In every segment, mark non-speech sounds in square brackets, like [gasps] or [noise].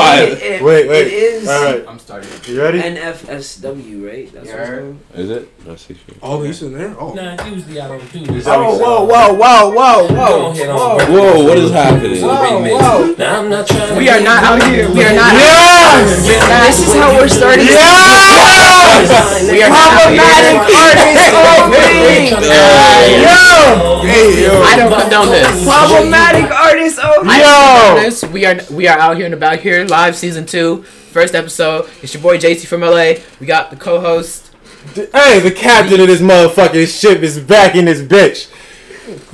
it, it, Wait, wait. It is All right, I'm starting. you ready? NFSW, right? That's what it's Yeah. called. Is it? I see. you. oh, he's in there. Oh, Nah, usually I don't do this. Oh, whoa, whoa, whoa, whoa, whoa, Don't hit on whoa. breakfast Whoa, what is food happening? remix. whoa. Now I'm not trying. We are not out here. We are not. Yes! [laughs] This is how we're starting. Yes! We are Problematic not out here. artists Problematic artists only. Yo! Hey, yo. I don't condone this. Problematic artists only. Yo! This we are we are out here and about here live season two first episode. It's your boy JC from LA. We got the co-host. Hey, the captain of this motherfucking ship is back in this bitch.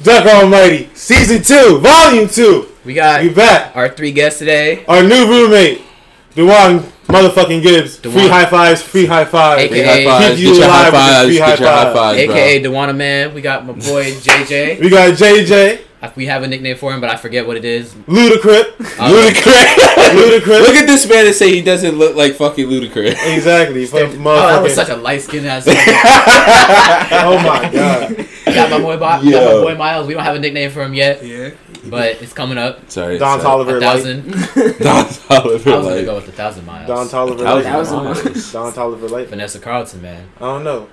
Duck Almighty, season two, volume two. We got We back. our three guests today, Our new roommate, Dewan motherfucking Gibbs. Free Dewan. high fives, free high fives. AKA. Free high fives. Keep you Get your high alive with the fives. free high Get your high fives. fives, aka Dewana Man. We got my boy [laughs] JJ. We got JJ, I- we have a nickname for him, but I forget what it is. Ludacris, bro. Ludacris. Ludacris. Look at this man and say he doesn't look like fucking [laughs] Ludacris. exactly. fuck Oh, that was motherfucking- such a light skinned ass. we oh my god. got my boy, Bob, we got Yo. my boy Miles. We don't have a nickname for him yet, Yeah. but it's coming up. Sorry. Don sorry. Tolliver A Light. thousand. Don Tolliver. I was gonna like, go with a thousand miles. Don Tolliver That was Light. That was a- nice. [laughs] Don Tolliver Light. Vanessa Carlton, man. I don't know.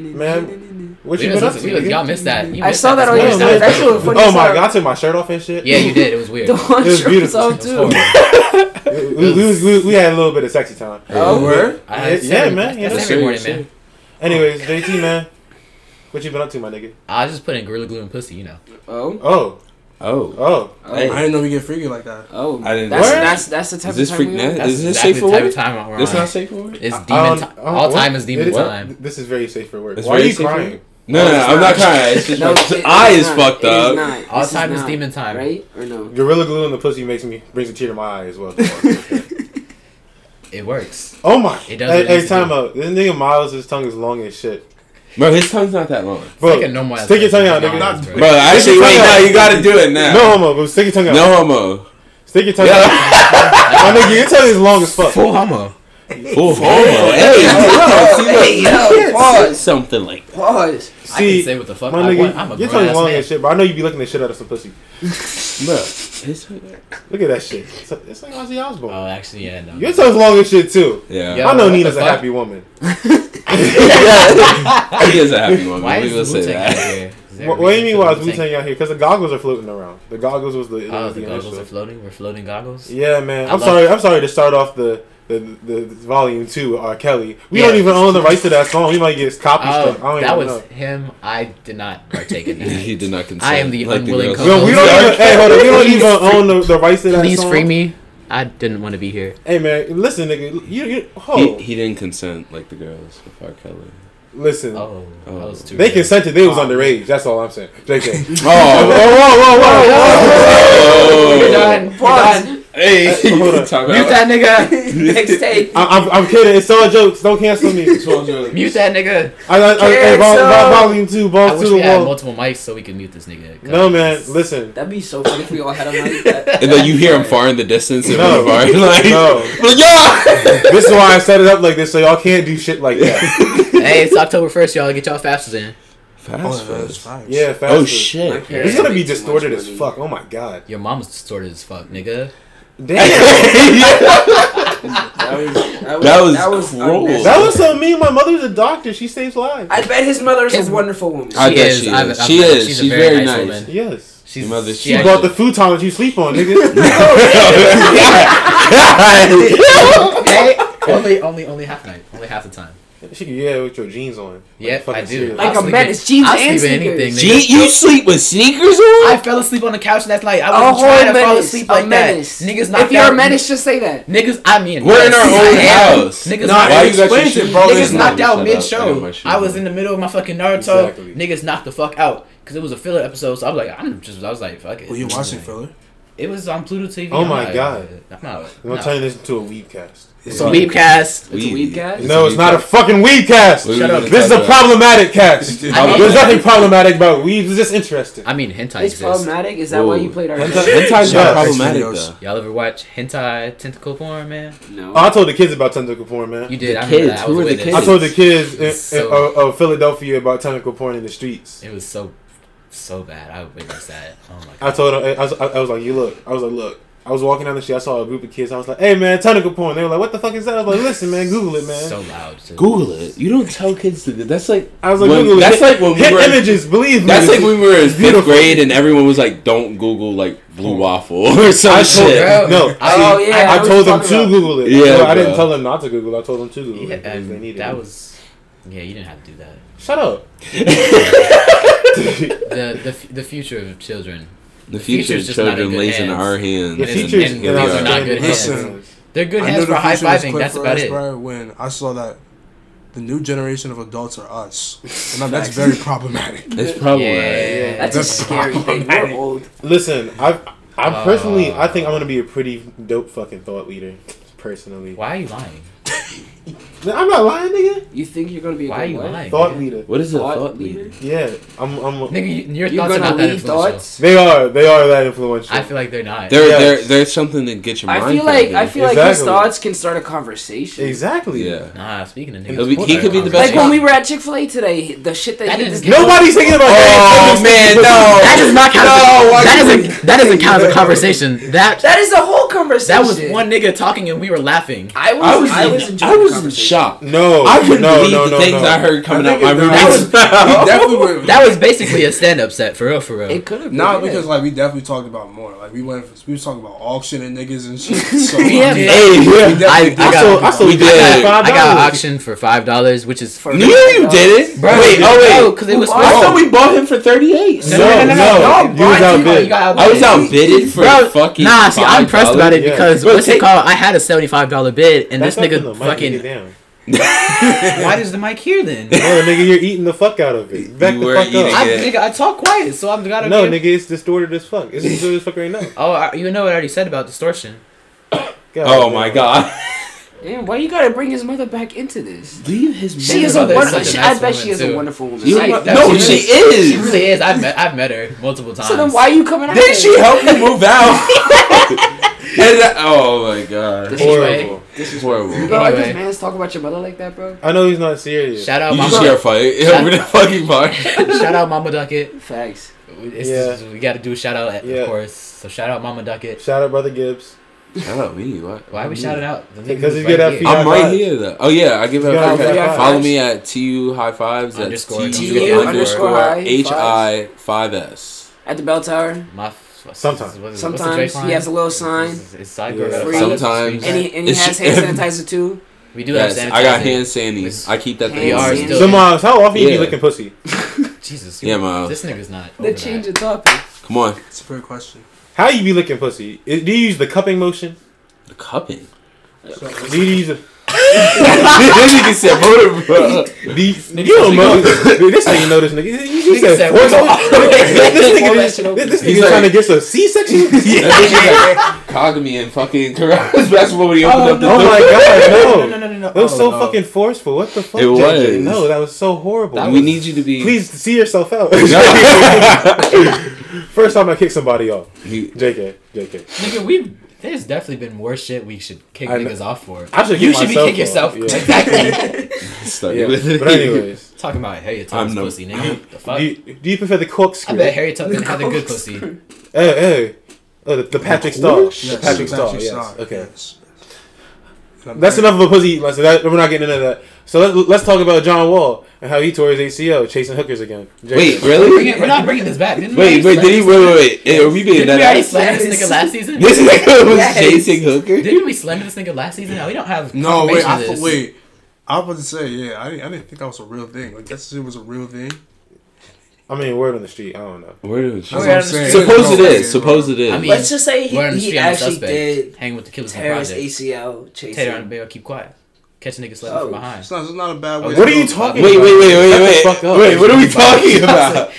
Man, what We you was, been up to? we was, nigga? y'all missed that. You I missed saw that on this your Yeah, morning. man. story. That's what funny. Oh my god, I took my shirt off and shit. Yeah, you did. It was weird. The one [laughs] It was shirt was beautiful. off It was too. We, we, we, we had a little bit of sexy time. Oh. word? I had Yeah, seven- man, yeah, That's that's every true, morning, true. man. Anyways, JT man, what you been up to, my nigga? I was just putting gorilla glue and pussy, you know. Oh, Oh, Oh. oh, I Hey. didn't know we get freaky like that. oh. I didn't That's know. that's that's the type Is this of time. freak we live. nasty? That's Is this exactly safe the for type of work? time we're This on. not safe for work? It's I demon don't- time. I don't- All what? time is demon It time. This is very safe for work. It's Why are very you safe for crying? work. No, no, no, it's I'm not. not crying. It's just No, my it- eye it is not. fucked It is up. not. All This time is not. demon time. right or no? Gorilla glue in the pussy makes me brings a tear to my eye [laughs] as well. It works. oh my! It It does what hey, it hey, needs to time do. out. This nigga Miles' tongue is long as shit. Bro, his tongue's not that long. Bro, Stick a normal ass stick your tongue out, person. nigga. Not- Not- Bro, actually, your wait, tongue no, out. you gotta do it now. No homo, but stick your tongue out. No homo. Stick your tongue out. Yeah. [laughs] My nigga, your tongue is long as fuck. Full homo. Full homo. Hey, Hey yo, pause, something like that. pause. I can See, say what the fuck my I want. I'm nigga, a your grown tongue's ass long man. as shit, bro. I know you be looking the shit out of some pussy. Bro, it's, Look at that shit. It's, it's like Ozzy Osbourne. Oh, actually, yeah, no. Your tongue's long as shit too. yeah. Yeah. I know what Nina's the a fuck? happy woman. He is a happy woman. Why we is will the say Wu-Tang out that. here? Is there What, a what do you reason mean for why is the Wu Wu-Tang? Tang out here? Because the goggles are floating around. The goggles was the, Oh, was the the goggles initial. are floating. We're floating goggles. yeah, man. I I'm love- sorry. I'm sorry to start off the. The, the, the volume two, with R. Kelly. We Yeah. don't even own the rights to that song. We might get copies. Oh, stuff. I don't that even was know. him. I did not partake in that. He did not consent. I am the unwilling girls. co- Yo, we don't Sorry. even. Hey, hold on. We don't even own the, the rights to that Please song. free me. I didn't want to be here. Hey, man, listen, nigga. You, you He, hold. he didn't consent like the girls with R. Kelly. listen. Oh, that was too. They real. consented. They was underage. That's all I'm saying. [laughs] JK. oh, whoa, Oh, whoa, whoa, whoa. You're oh. done. Pause. Mute [laughs] [laughs] hey, Hold up. Time out. [laughs] that nigga. Next take. I, I'm, I'm kidding. It's all jokes. Don't cancel me. Mute that nigga. I, I, I, hey, vol- vol- volume two, I ball to wish the we had wall. multiple mics so we could mute this nigga. No, man. Listen. That'd be so funny if we all had a mic. That, And then you hear him far in the distance. And No. no. Far, like, No. But yeah. This is why I set it up like this, so y'all can't do shit like [laughs] that. Hey, it's October first, y'all. Get y'all fasters in. Fast fast. fine. Yeah, fast. Oh [laughs] food. shit. Okay. It's gonna be Too much distorted as money. fuck. Oh my [laughs] god. Your mom's distorted as fuck, nigga. Damn. [laughs] that was that was, That was cruel. unnecessary. that was so mean. My mother's a doctor. She saves lives. I bet his mother is a wonderful woman. I She bet is. she I've- is. I've She met her. is. She's a She's very very nice nice. yes. She's Your mother- she She Yeah, bought actually- the futon that you sleep on, [laughs] nigga. [laughs] Hey, [laughs] only only only half night, only half the time. she, yeah, with your jeans on. Yeah, fucking I do. serious. Like I'll a sleep man, in- it's jeans I'll and sleep in sneakers. anything, nigga. Gee, you sleep with sneakers I on? fell asleep on the couch last night. I a wasn't whole trying to menace. fall asleep a like that. menace. Niggas knocked if you're out. a menace, just say that. Niggas, I mean, We're in our yes, [laughs] own I am. house. Niggas, Nah, knocked- you explained it, bro. niggas It's knocked Shut out up. mid I got show. my shoes I was on. in the middle of my fucking Naruto. Exactly. Niggas knocked the fuck out because it was a filler episode. So I was like, I'm just, I was like, fuck it. Well, you watching filler? It was on Pluto TV. Oh I'm my not- God. I'm not. I'm gonna no. turn this into a weed cast. It's a Weebcast. It's a weed cast? No, it's not a fucking weed cast. Shut Shut up. up. This is a problematic cast. [laughs] I- There's nothing problematic about weed. It's just interesting. I mean, hentai It's exists. problematic. Is that why you played our Hentai- Hentai's not Yeah. problematic Videos. though. Y'all ever watch hentai tentacle porn, man? No. Oh, I told the kids about tentacle porn, man. You did. The I remember kids. that. I was Who are the with it. kids? I told the kids in, in, So- of, of Philadelphia about tentacle porn in the streets. It was so, so bad. I witnessed that. Oh my god. I told them, I, was- I was like, you look. I was like, look, I was walking down the street. I saw a group of kids. I was like, "Hey man, Tunica porn." They were like, "What the fuck is that?" I was like, "Listen man, Google it man." So loud. too. Google it. You don't tell kids to. do- That's like I was like, when- Google it. That's like when we Hit were. images, believe me. That's like when we were in fifth Beautiful. grade and everyone was like, "Don't Google like blue waffle [laughs] or some I told shit." Yeah. no. Oh, yeah, I I, was told them talking to about- Google it. Yeah, Yeah, I didn't bro. tell them not to Google. I told them to Google Yeah, it. because they and needed that it. was. Yeah, you didn't have to do that. shut up. The the f- the future of children. The future's future of just not in children good lays in hands. our hands. The And it's- features and in those our are not good hands. hands. They're good I knew hands the for high future was fiving. quick That's for about us, it. bro, when I saw that the new generation of adults are us, and now that's [laughs] very problematic. It's probably Yeah. That's a scary thing. We're old. Listen, I I Uh, personally I think I'm gonna be a pretty dope fucking thought leader. Personally, Why are you lying? I'm not lying, nigga. You think you're gonna be a Why are good you what? lying? Thought nigga? leader. What is a Thought thought leader? leader? Yeah, I'm. I'm. Nigga, you, your You're thoughts are gonna not that leave influential. thoughts. They are. They are that influential. I feel like they're not. There, Yeah. there, there's something that gets your mind. I feel like I thinking. feel like his Exactly. thoughts can start a conversation. exactly. yeah. nah, speaking of It'll niggas, be- he could be the best Like when we were at Chick Fil A today, the shit that, That he didn't was get- Nobody's thinking about Oh man, no. That does not count. No, why that you- doesn't. That doesn't [laughs] count as a conversation. That That is a whole that conversation. was one nigga talking and we were laughing. I was. I was, I in, was enjoying. I the was in conversation. shock. No, I couldn't no, believe no, the no, things no. I heard coming I out think my it's roommate's We mouth. definitely were. That was basically a stand-up set for real, for real. It could have. Nah, because like we definitely talked about more. Like we went, we was talking about auctioning niggas and shit. So Yeah, man. like, Hey, we yeah. definitely I- did I I that. sold. I sold. We did. $5. I got auctioned for five dollars, which is For- No, you didn't. Bro, Wait, oh wait. no, 'cause it was Who supposed I are to- thought we bought him for 38. No, No, no, no, no, no, no. You was Brian, Oh, you outbid. got I was outbid. outbidded for Bro, fucking. Nah, see, I'm $5. impressed about it Yeah. because Bro, what's it take- called? I had a seventy-five dollar bid, and That's this not gonna nigga mic it fucking. down. [laughs] Why does the mic here [laughs] then? No, nigga, you're eating the fuck out of it. Back You the were fuck eating up. it. I, Yeah. nigga, I talk quiet, so I'm gotta. No, be- nigga, it's distorted as fuck. It's distorted as fuck right now. Oh, I- you know what I already said about distortion. God Oh damn. my god. Damn, why you gotta bring his mother back into this? Leave his She is a mother is wonderful. such a I nice bet she woman, is too. a wonderful woman. You- Like, Like, no, that's- she She is. really is. I've met, I've met her multiple times. so then, why are you coming out? Then here? she helped me move out. [laughs] and I- oh my god. This is Horrible. You Horrible. gonna let Anyway. this man's talk about your mother like that, bro? I know he's not serious. Shout out, You Mama. just hear a fight [laughs] Shut- over the fucking bar. shout out, Mama Ducket. Facts. It's Yeah. just- we got to do a shout out, at, Yeah. of course. So shout out, Mama Ducket. Shout out, brother Gibbs. Shout out me. What? Why are we me? shouting out? The nigga Because who's he's good at here. feet. I'm Yeah, right right. here though. Oh yeah, I give out. Yeah, okay. yeah, Follow yeah. me at tu high fives. That's Underscore. tu Underscore underscore high h i five s. At the bell tower, My f- what's- Sometimes. what's- what's the Sometimes Drake he line? has a little sign. It's- it's side Yeah. girl got a Free. five-up Sometimes. screen. and he and he It's- has hand sanitizer too. we do Yes, have sanitizer. I got hand sandies. I keep that We thing. are on me. still- So, Miles, how often you Yeah. be licking pussy? Jesus. Yeah, Miles. This nigga's not. They over change that. the topic. Come on, It's a fair question. How you be licking pussy? I- Do you use the cupping motion? the [laughs] cupping. So, Do you use a? this nigga said motor, bro. Do you, you don't know this nigga know this nigga. You, you Nigga said said force we- this nigga, All that this, shit over. this He's nigga like- trying to get a C section. That bitch is like Kagami and fucking Karama's [laughs] basketball when he opened up the door. Oh my god, no! no, no, no, no. That was Oh, so no. fucking forceful. What the fuck? It was. JJ? No, that was so horrible. we need you to be. Please see yourself out. [laughs] First time I kick somebody off. [laughs] [laughs] You, JK, JK. Nigga, we there's definitely been worse shit we should kick I know. niggas off for. I should You kick should be myself kick yourself. off, yeah. [laughs] [laughs] Exactly. start [laughs] Yeah. with it. But anyways, Talking about Harriet I'm Tubman's no- pussy, nigga. What The fuck? do you, do you prefer the corkscrew? I bet Harriet Tubman had a good pussy. Oh, oh, oh, the, the Patrick Star, the yes, Patrick Star. Yes. Starr, Okay. yes. That's enough of a pussy lesson. That, we're not getting into that. So let, let's talk about John Wall and how he tore his ACL chasing hookers again. JK. Wait, Bring really? it- We're not bringing this back. Didn't Wait, we wait, did he? Wait, wait, wait. Are we being Did we already that? slander this [laughs] nigga last season? This nigga was Yes. chasing hooker. Didn't we slander this nigga last season? No, we don't have. No, wait, confirmation of I, this. wait. I was about to say, yeah, I didn't, I didn't think that was a real thing. Like, that shit was a real thing. I mean, word on the street. I don't know. Where did That's Oh, yeah, what I'm that's Oh, saying. Suppose it No, is. Suppose it is. I mean, Let's just say We're on he, the he street on the actually suspect. did Hang with the killers in the tear his project. ACL chasing. Tater on the barrel, keep quiet. Catch a nigga slapping Oh, from behind. It's not, it's not a Oh, bad way. What are to you go. talking? wait, wait, about? wait, Shut wait, wait. the fuck up. Wait, what are we talking [laughs] about?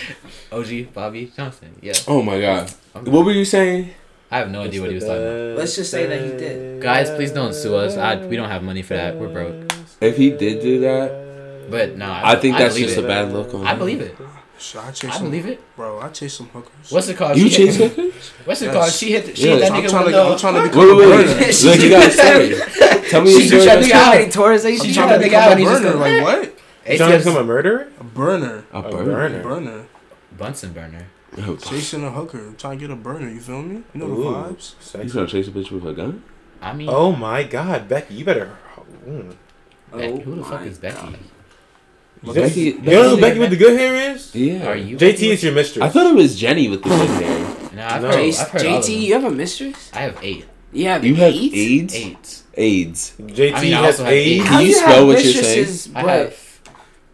OG, Bobby Johnson. Yeah. Oh my god. What were you saying? I have no idea what he was talking about. Let's just say that he did. Guys, please don't sue us. I, we don't have money for that. We're broke. If he did do that, But nah, I think that's believe just it. a bad look on I him. believe it. Shit, I, chase I some, believe it. Bro, I chase some hookers. What's it called? You Oh, She hit- chase hookers? What's it Yes. called? She hit. The, she hit Yes. that I'm nigga. trying, with to, the- I'm trying to Wait, become wait, a wait. burner. She- Look, you gotta tell me. Tell me She your story. just best shot the friend. How guy. many tours they She I'm shoot? shot trying to that nigga out become and a he just burner. goes, Like, what? John ATS become a murderer? A burner. A A burner. burner. Burner. Bunsen burner. Chasing a hooker, trying to get a burner. You feel me? You know Ooh. the vibes. He's Sex. gonna chase a bitch with a gun? I mean, Oh my God, Becky, you better. Mm. Becky, oh who the fuck is Becky? You Becky- you Becky- don't know who Becky with the good hair is? Yeah. Are you? JT is your mistress. I thought it was Jenny with the good name. Nah, I've No. heard, Jace- I've heard all of JT, them. you have a mistress? I have eight. You have You have eight? AIDS? Eight. AIDS. JT I mean, I has also have AIDS. AIDS. How Can do you you spell have what you're mistresses, I but- have.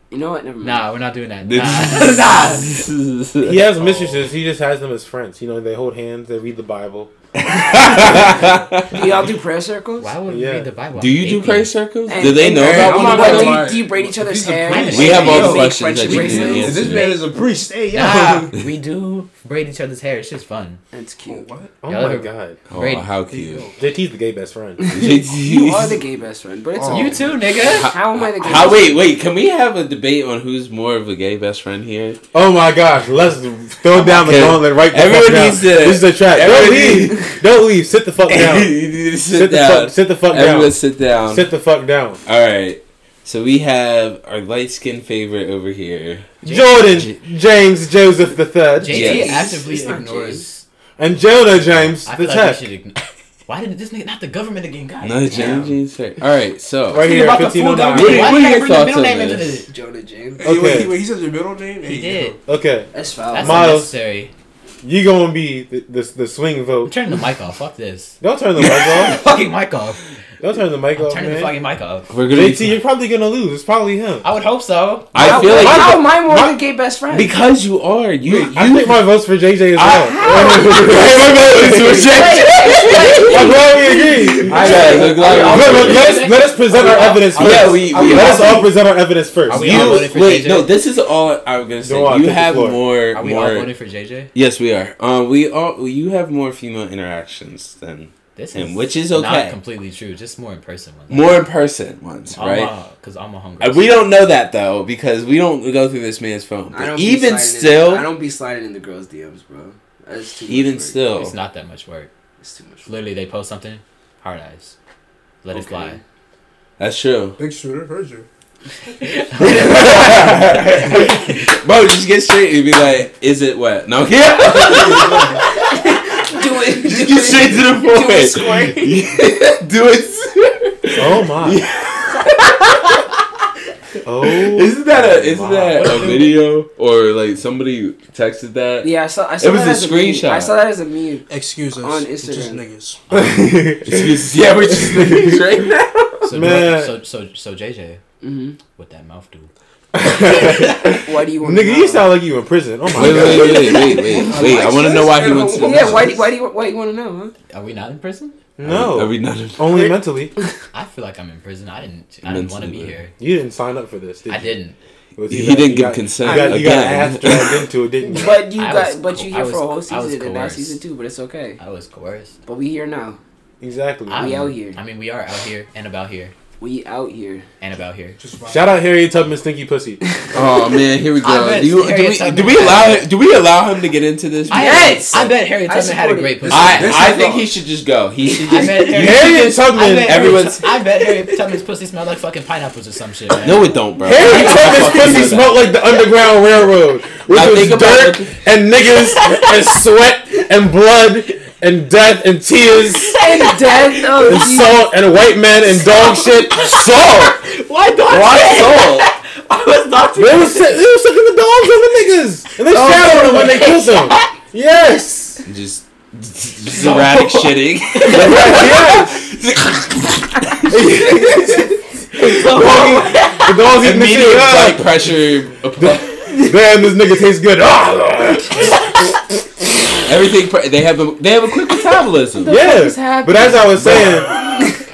You know what? Never mind. Nah, we're not doing that. [laughs] Nah. [laughs] Nah. He has mistresses. He just has them as friends. You know, they hold hands. They read the Bible. Do y'all do prayer circles? Why would Yeah. we read the Bible? Do you do Atheist. prayer circles? And- Do they and- know and about I'm one not gonna- another? do, you, do you braid each other's He's a hair? priest. We have all the Yo, questions make that we can friendship bracelets? answer. This man is a priest. Hey, yo. Nah, Ah. [laughs] we do braid each other's hair. It's just fun. That's Oh, cute. what? Oh Yeah, my they're- God. Oh, Brady. how Hey, cute. yo. JT's the gay best friend. You [laughs] are the gay best friend, but it's Oh. okay. You too, nigga. How am I the gay? How? best Wait, wait. Can we have a debate on who's more of a gay best friend here? Oh my gosh, let's throw down the Okay. gauntlet right the fuck Everyone down. needs to- This is a trap. Don't everyone leave. Don't leave. Sit the [laughs] fuck down. You need to Sit sit the down. fuck. Sit the fuck Everyone, down. sit down. Sit the fuck down. All right. So we have our light skinned favorite over here. Jordan James Joseph the third JT Yes. actively It's not ignores. and Jonah James I the feel like we tech. should ignore. [laughs] Why didn't this nigga? Not the government again, guys. No, Jimmy James favorite. All right. So Right here, About the fifteen oh full government. What are- nine. Why what are did I your bring the thoughts middle on name into this? this? friend? Jonah James. Hey, wait, Okay. he- wait, he said your middle name? He Hey, did. Okay, That's foul. That's Miles. unnecessary. you gonna be the, the the swing I'm vote. turning the mic off. Fuck this. Don't turn the mic Turn the [laughs] off. fucking mic off. Don't turn the mic I'm off, turning the man. fucking mic off. We're gonna. JT, Be, you're probably gonna lose. It's probably him. I would hope so. I feel like how am I more Why- the gay best friend? because you are you. you I think my vote's for JJ as well. Ah, I'm glad we agree. Guys, I'm glad Let, we're let, here. let us, let us present our evidence first. Yeah, we- we- let us all present our evidence first. Are we You- all voting for wait, JJ? no, this is all I'm gonna say. Go on, you take the have floor. more, Are we all more. voting for JJ? Yes, we are. Um, we all you have more female interactions than This And is which is okay. Not completely true. Just more in person ones. more in person ones, I'm right? a- Cause I'm a hungry. Uh, We don't know that though because we don't go through this man's phone. I don't But be even sliding in- I still, don't be sliding in the girls' DMs, bro. That's too much even work. still, It's not that much work. It's too much. work. Literally, they post something. Hard eyes. Let it Okay. fly. that's [laughs] true. [laughs] Big shooter, heard you. Bro, just get straight and be like, "Is it what?" No, yeah, [laughs] Do it. Do just get straight it. to the Do it point. squirt. Yeah, [laughs] Do it. [laughs] Oh my. oh. Isn't that a isn't that a video or like somebody texted that? [laughs] Yeah, I saw. I saw It was that a as meme. screenshot. I saw that as [laughs] a meme. Excuse us. On it's Just Instagram. niggas. Excuse- yeah, we're [laughs] Oh just niggas right now. So, Man. so so so JJ, Mhm. what that mouth do? Why do you want? [laughs] Nigga, you sound like you in prison. Oh my Wait, god. wait, wait, wait, wait, wait, wait. I want to know why he went to. Yeah, why? Do, why do you? Why you want [laughs] to know? Huh? Are we not in prison? No. Are we not? Only mentally. I feel like I'm in prison. I didn't. I didn't want to Mentally, be man. here. You didn't sign up for this, did you? I didn't. It was He either- didn't you give got- consent You got, you got again. ass dragged into it, didn't [laughs] you? But you I got. was but co- you I here for a whole was- I was season and now coerced. season two, but it's okay. I was coerced. But we here now. Exactly. I'm- out here. I mean, we are out here and about here We out here. and about here. Just vibe. Shout out Harriet Tubman, Stinky Pussy. Oh man, here we I go. bet Do, you, do, Harriet we, Tubman do we had- allow him, do we allow him to get into this? I- Yes! I bet Harriet I Tubman had a support it. great pussy. I, This is- I this is think the- he should just go. He should I just. bet Harriet. Harriet I bet Tubman. everyone's. everyone's- I bet Harriet Tubman's pussy smelled like fucking pineapples or some shit. Man. [laughs] no, it don't, bro. Harriet [laughs] Tubman's fucking pussy know that. smelled like the Underground Railroad, which I was think dirt about it. and niggas and sweat and blood and death and tears And death and of salt and white men and dog shit. Salt. Why dog? Why soul? [laughs] I was not. They was, they was sucking the dogs on the niggas, and they shot them when they killed [laughs] them. Yes. Just, just [laughs] erratic shitting. The dogs eating the Immediate shit body up. pressure. apply- Damn, this nigga tastes [laughs] good. Ah! Everything. pre- They have a they have a quick metabolism. fuck is Yeah, happening? but as I was saying,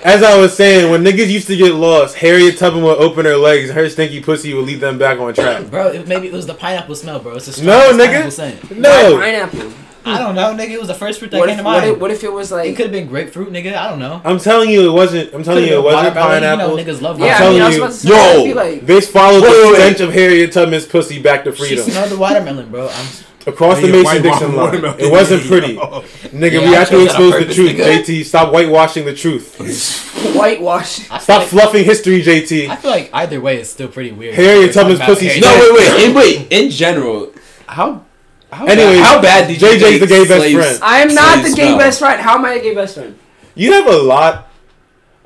as I was saying, when niggas used to get lost, Harriet Tubman would open her legs, and her stinky pussy would lead them back on track. Bro, it, maybe it was the pineapple smell, bro. It's the No, strongest nigga. pineapple scent. No, pineapple. I don't know, nigga. It was the first fruit that What came if, to what, mind. if, what if it was it like? could have been grapefruit, nigga. I don't know. I'm telling you, it wasn't. I'm telling Could've you, it been wasn't watermelon. pineapple. You know, niggas love Yeah, I telling mean, I watermelon. was you- about to say. Yo, be like, They followed Wait, the wait, stench of Harriet Tubman's pussy back to She freedom smelled the watermelon, bro. I'm, across the Your Mason white Dixon line. watermelon. It wasn't pretty, Yo. nigga. Yeah, we I have to chose that on expose the purpose, truth. nigga. JT, stop whitewashing the truth. [laughs] whitewash. I feel Stop like- fluffing history, JT. I feel like either way is still pretty weird. Harriet We're talking Tubman's about pussy Harriet smell. No, wait, wait, in, wait. In general, how How Anyway, bad, how bad did you JJ's think the gay best slaves- friend. I am not the slaves gay smell? best friend. How am I a gay [laughs] best friend? You have a lot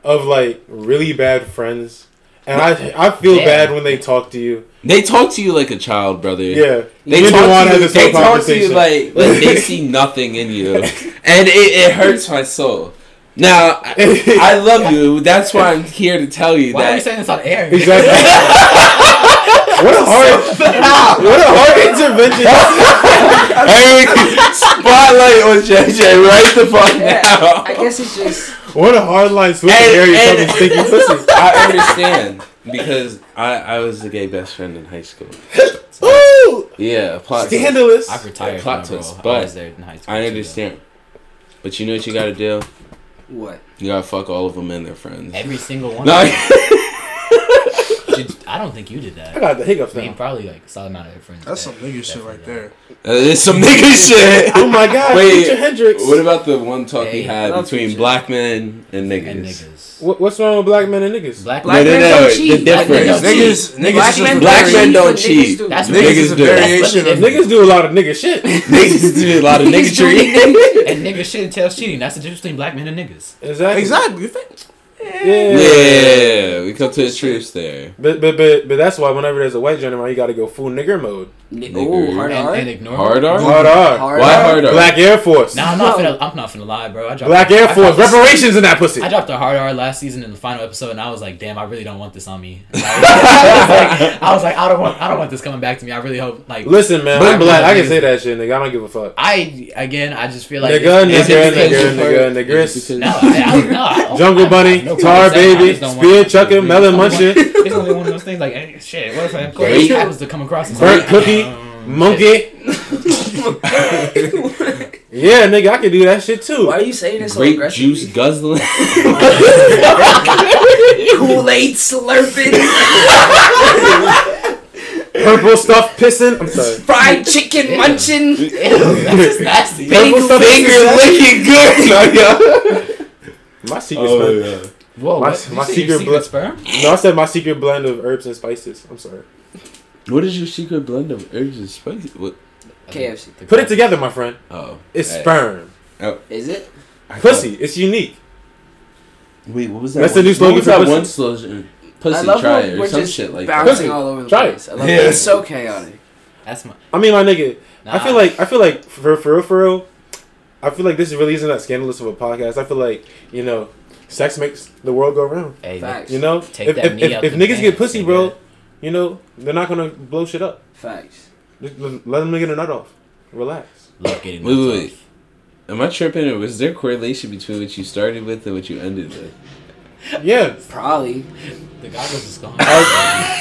of like really bad friends, and I I feel Damn. bad when they talk to you. They talk to you like a child, brother. Yeah, They you didn't talk wanna to have you, this whole they talk to you conversation. like, [laughs] like they see nothing in you, and it, it hurts my soul. Now, I, I love you. That's why I'm here to tell you Why are you that. saying this on air? [laughs] exactly. what a hard, what a hard intervention. [laughs] Hey, [laughs] [laughs] spotlight on JJ right the fuck Yeah, now. I guess it's just What a hard line switch And- Gary and- [laughs] fucking stinky pussy. I understand because I, I was the gay best friend in high school. Ooh, Yeah, plot twist. scandalous. I've retired Plot from twist, it, bro. I but was there in high school. I too, understand, but you know what you gotta do? what? You gotta fuck all of them and their friends. though. Every single one. No, [laughs] Did- I don't think you did I that. got the hiccups I mean, now. probably like a solid amount of their friends. That's did. some nigga shit right there. it's some nigga shit. Oh my god, Wait, Richard Hendrix. What about the one talk we Hey, had love between you. black men and niggas? And niggas. What- what's wrong with black men and niggas? Black men. Black no, men no, don't the cheat. Black men difference. don't cheat. Niggas, niggas, Black is just men a don't Black cheat, men variation- don't but niggas cheat. do. That's Niggas what is a do. variation That's of what Niggas do a lot of nigga [laughs] shit. niggas do a lot of nigga tree. And niggas shit entails cheating. That's the difference between black men and niggas. Exactly. Exactly. You think? Yeah. Yeah, we come to the truth there. But, but but but that's why whenever there's a white gentleman, you gotta go full nigger mode. Ni- Nigger. Ooh, hard And, R. and ignore Hard R? Hard R. Hard Why R? hard R? Black Air Force. Nah, I'm not finna. I'm not finna lie, bro. I dropped Black I Air Force. dropped- Reparations in that pussy. I dropped a hard R last season in the final episode, and I was like, "Damn, I really don't want this on [laughs] me." I was like, I, was like, I don't want, I don't want this coming back to me. I really hope, like, Listen, man, Black I'm black. people I can niggas. say that shit, nigga. I don't give a fuck. I again, I just feel like Nigga, it's- it's nigga, just because nigga, you nigga, first- nigga. No, I, I, no, I [laughs] don't- Jungle I- I Bunny, have no problem Tar saying I Baby, just don't want Spear this to Chucker, be- Melon it's only one- Muncher, It's only one of those things like, eh, shit. What if I Great. great happens to come across? and Burnt say, Cookie, um, shit. Monkey. [laughs] Yeah, nigga, I can do that shit too. Why are you saying this so Grape [laughs] aggressive? juice guzzling. [laughs] Kool Aid slurping, Purple stuff pissing. I'm sorry. fried chicken munching. Ew, [laughs] that's just nasty. Purple stuff Finger pissing. licking good. No, Oh, yo. My secret. smell. [laughs] Whoa, My- what? Did you my say your secret blood- sperm? No, I said my secret blend of herbs and spices. I'm sorry. What is your secret blend of herbs and spices? What? KFC. Put it together, my friend. Oh, It's Hey. sperm. Is it? I Pussy. It's unique. thought- Wait, what was that? That's one? the new slogan What was for that pussy. one slogan? I Pussy love try how it or we're some just shit like that. bouncing Pussy, all over the try it. place. I love Yeah. it. It's so chaotic. That's my. I mean, my nigga. I nah. feel like I feel like for for real, for real, I feel like this really isn't that scandalous of a podcast. I feel like you know, sex makes the world go round. Hey, Facts. You know, Take if that if, knee if, out if the niggas pants, get pussy, nigga. bro, you know they're not gonna blow shit up. Facts. Just l- Let them get a nut off. Relax. [laughs] love getting Wait, those wait, off. Am I tripping? Or was there correlation between what you started with and what you ended with? Yeah, Probably. The goggles is gone.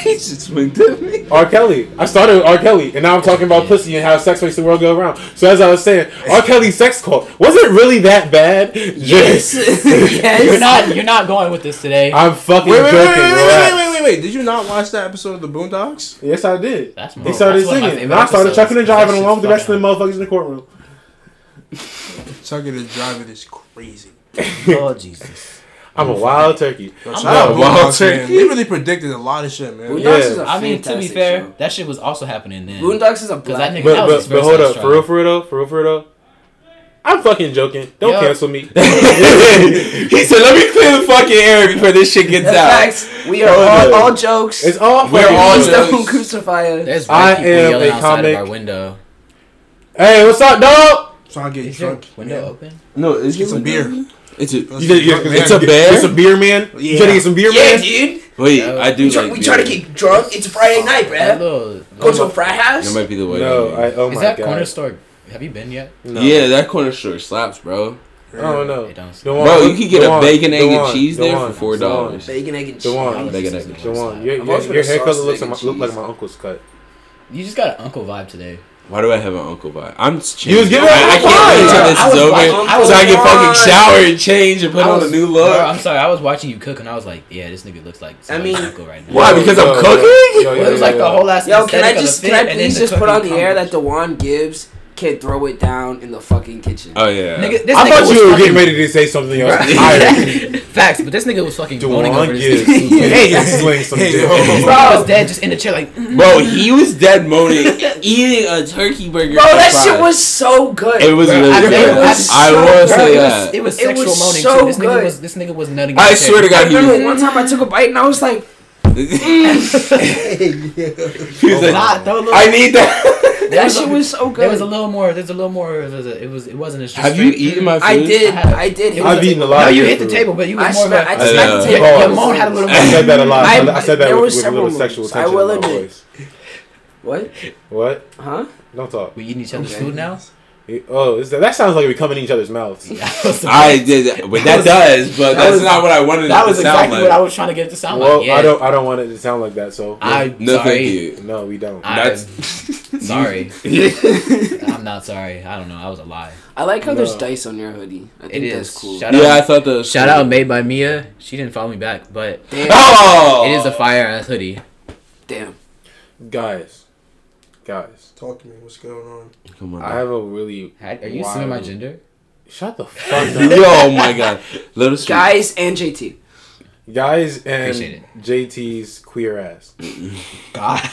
he just went to me. R. Kelly. I started with R. Kelly, and now I'm talking about Yeah. pussy and how sex makes the world go round. So as I was saying, R. Kelly's sex cult was it really that bad? Yes. [laughs] You're [laughs] yes. not. You're not going with this today. I'm fucking Wait, wait, wait, joking. wait, wait, relax. wait, wait, wait, wait. Did you not watch that episode of The Boondocks? Yes, I did. That's my- they started that's one of my singing, and favorite I started episodes. chucking and driving That along with the rest shit's of the motherfuckers in the courtroom. Tugging and driving is crazy. oh Jesus. I'm a wild turkey. Yo, I'm shout out not a wild Boondocks, man. turkey. They really predicted a lot of shit, man. Boondocks Yeah. is a I mean, to be fantastic fair, show. that shit was also happening then. Boondocks is a Because that black. nigga, But that was but, his but first hold sex up, trial. for real, for real though, for real, for real though. I'm fucking joking. Don't Yo. cancel [laughs] [laughs] me. he said, "Let me clear the fucking air before this shit gets That's out." facts. We are all, all jokes. it's all We're fucking all Please jokes. jokes. don't crucify us. There's I white people am yelling a outside comic. of our window. Hey, what's up, dog? So I get Is your drunk. window man. open? No, it's It's a beer. It's a. Let's get drunk, man. It's a bear? It's a beer man. You Yeah. trying to get some beer yeah, man? dude. Wait, No. I do We, try, like. we try to beer. get drunk. It's a Friday night, That bruh. little- Go to little- a frat house. That might be the way. No, I. Oh Is my that god. corner store? Have you been yet? No. Yeah, that corner store slaps, bro. I don't know. They don't. Dewan, Bro, you could get a Dewan, bacon, egg, and Dewan, cheese there for Dewan, four dollars. Bacon, egg, and cheese. Dewan, This Bacon, is egg. a Dewan, website. your, I'm your, also gonna your hair sauce color looks steak like my, and look like cheese. my uncle's cut. You just got an uncle vibe today. Why do I have an uncle vibe? I'm changing. You was giving I, her I a can't wait till vibe. this I is was like, over, I was so I can like, fucking shower and change and put I on a was- new Bro, look. I'm sorry. I was watching you cook, and I was like, yeah, this nigga looks like. I mean- somebody's uncle right now. Why? Yo, Because I'm yo, yo, cooking? yo, yo, Well, it was yo, like yo. the whole ass. Yo, can aesthetic I of the just fit can I and then please the just put cooking on the air combos. that Dewan Gibbs kid throw it down in the fucking kitchen. Oh yeah. Nigga, this I nigga thought was you were fucking- getting ready to say something else. [laughs] [laughs] Facts, but this nigga was fucking moaning over Duan this. [laughs] gives [laughs] nigga. Vegas sling some dick. Bro, I was dead, just in the chair, like. mm. Bro, he was dead moaning, [laughs] eating a turkey burger. Bro, for that fries. shit was so good. It was really I- good. it was I so will good. say it that. was, it was It was sexual moaning so too. This nigga good. was this nigga was nutting. I in the chair. swear to I God, he remember was. one time I took a bite and I was [laughs] like, [laughs] he was like, Nah, throw a little- I need that. that was a- shit was so good. There was a little more. There's a little more. It was. It, was, it wasn't as. just [laughs] Have you straight- eaten my food? I did. I had it. I did. It was I've a- eaten a lot. No, of you good hit the food. table, but you I was more of smacked- a. I I smacked know. the Yeah, table. Pause. your moan had a little. I said that a lot. I, I- I said that with, there were with a little several sexual moments. I tension in will my admit. voice. What? What? Huh? Don't talk. We eating each other's Okay. food now. [laughs] Oh, is that, that sounds like we come in each other's mouths. I did, but that, does. But that's was- not what I wanted. That it was to sound exactly like. what I was trying to get it to sound well, like. Yeah. I don't. I don't want it to sound like that. So I No, sorry. thank you. no, we don't. I- That's [laughs] [laughs] Sorry. I'm not sorry. I don't know. I was a lie. I like how there's No. dice on your hoodie. I It think is. that's cool. Shout out. yeah. I thought the Shout out made by Mia. She didn't follow me back, but Damn. [laughs] Oh, it is a fire ass hoodie. Damn. guys, guys, Talk to me. What's going on? [laughs] Come on. I have a really. Are you assuming my wild- gender? Shut the [laughs] fuck up, Yo, oh my God, little street. Guys and JT. guys, and Appreciate it. JT's queer ass. [laughs] God.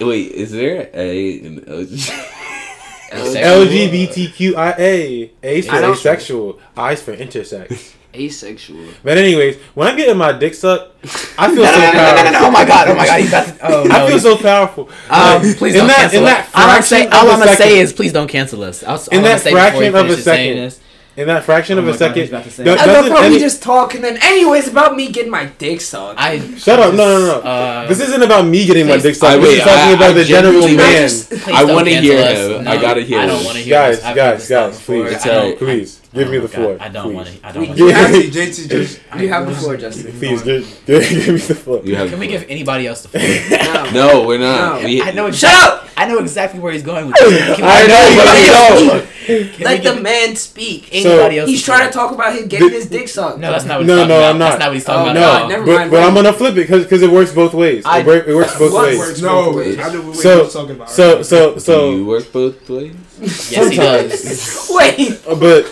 Wait, is there a? an [laughs] LG? [laughs] LGBTQIA. A's for I don't- asexual. I's for intersex. Asexual. But anyways, when I'm getting my dick sucked, I feel so No, no, no, no, powerful. no, Oh my god. Oh my god. He's about to. Oh no. I feel so powerful. Um, Like, please don't cancel in us. that all I'm, fraction saying, of all a I'm gonna second- say is please don't cancel us. I'll, In that fraction of a second. This, in that fraction Oh of my a God, second, he's about to say do- it. I love doesn't how we any- just talk and then, anyways, about me getting my dick sucked. I shut up? No, no, no. no. uh, this isn't about me getting my please- dick sucked. I- We're wait, talking I- about I the general genuinely- man. please I don't wanna cancel hear us. him. I gotta hear I him. don't want to hear guys, this. I've heard guys, this stuff guys, before. please, I don't- please give me the oh God, floor. I don't want please. to. I don't want You to. have JT, JT just. you have the floor, [laughs] Justin. Please give, give, give me the floor. You have. Can we give anybody else the [laughs] floor? No. [laughs] No, we're not. No. We, [laughs] I know. Shut Exactly, up! I know exactly where he's going [laughs] with this. Can I we- know, but Can we Let give the man speak. So- anybody else? He's the trying to floor? talk about him getting The- his dick sucked. No, that's not what he's No, talking no, about. I'm That's not. not what he's Oh, talking no, about. at all. never but, mind, but I'm wait. gonna flip it because it works both ways. I- it, work, it works both What ways. works? No, both ways. I know what So- you're talking about. So so so you so, work both ways. Yes, he does. Wait, uh, but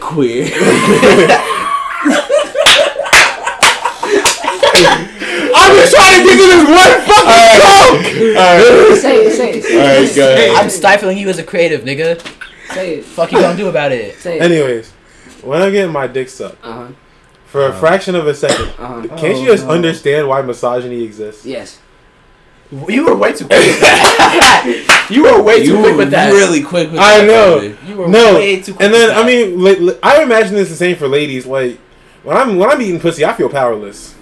[laughs] wait. Queer. I'm just trying to get to this one fucking joke. say it, say it, say it, All right, go ahead. I'm stifling you as a creative, nigga. say it, Fuck you gonna do about it? say it. Anyways, when I'm getting my dick sucked Uh huh. for a fraction of a second, Uh huh. can't you Oh, just understand why misogyny exists? Yes. You were way [laughs] too quick. you were way too you quick with that. really quick with I that. know. baby. You were No, way too quick. And then with I that. mean, li- li- I imagine it's the same for ladies. Like when I'm when I'm eating pussy, I feel powerless.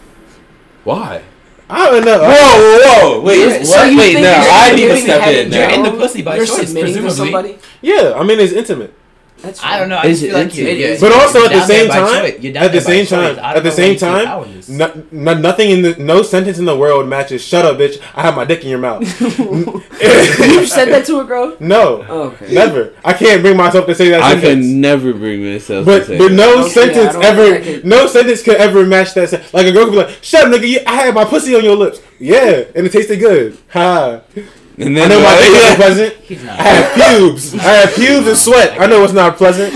Why? I don't know. Whoa, whoa, wait, You're- what? so you wait, think now you're I need to giving step head in in You're now. in the No, pussy by You're choice, submitting to presumably. somebody. Yeah, I mean it's intimate. That's I don't know. I Is just it feel like into- you're, it you're is. But also at the down there same by time, choice. You're down at the there by seen choice. time, I don't at the know why you same feel time, powerless. no, no, nothing in the no sentence in the world matches. Shut up, bitch! I have my dick in [laughs] your mouth. [laughs] You said that to a girl? Oh, no, Okay. [laughs] never. I can't bring myself to say that. I sentence. can never bring myself But to say but no Okay, sentence I don't ever think I can- no sentence could ever match that. Sen- like a girl could be like, "Shut up, nigga! You, I had my pussy on your lips. Yeah, and it tasted good. Ha! that. And then I know my [laughs] dick isn't my [laughs] pleasant. He's I not. have pubes. I have pubes and sweat. I know it's not pleasant.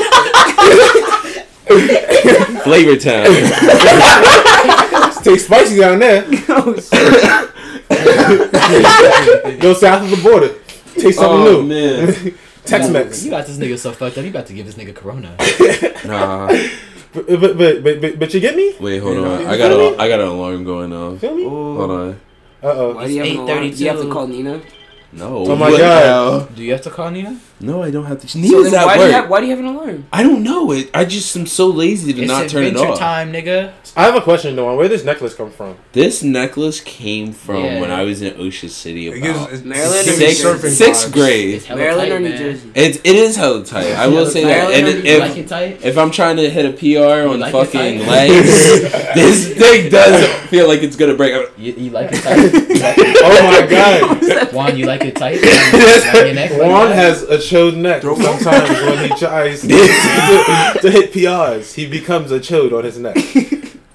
flavor town. It tastes spicy down there. Oh, Go south of the border. Taste [laughs] something Oh, new. man. [laughs] Tex-Mex. You got this nigga so fucked up. You about to give this nigga corona. nah, But, but, but, but, but, but you get me? wait, hold You know, on. you I got feel a, me? I got an alarm going off. Feel me? Hold on. Uh-oh. Oh. Why do you have an alarm? Do you have to 8:32. call Nina? No. Oh my what God. Do you have to call Nina? the- No, I don't have to. She So needs then why that do you work. have why do you have an alarm? I don't know it. I just am so lazy to It's not turn it adventure off. time, nigga. I have a question, though. Where this necklace come from? [laughs] This necklace came from Yeah. when I was in Ocean City It about gives, it's, Maryland it's is a giving sixth, surfing surfing sixth vibes. grade. hella Maryland tight, or New man. Jersey? It, it is hella tight. I will Hella say tight. that. And Maryland, You if like it tight? If I'm trying to hit a PR on You like fucking it tight? legs, [laughs] this thing does feel like it's gonna break. Oh I'm- You, you like it tight? Oh, my God. Juan, you like it tight? Around your neck like Juan that? has a chode neck. Sometimes when he tries to, to hit PRs, he becomes a chode on his neck.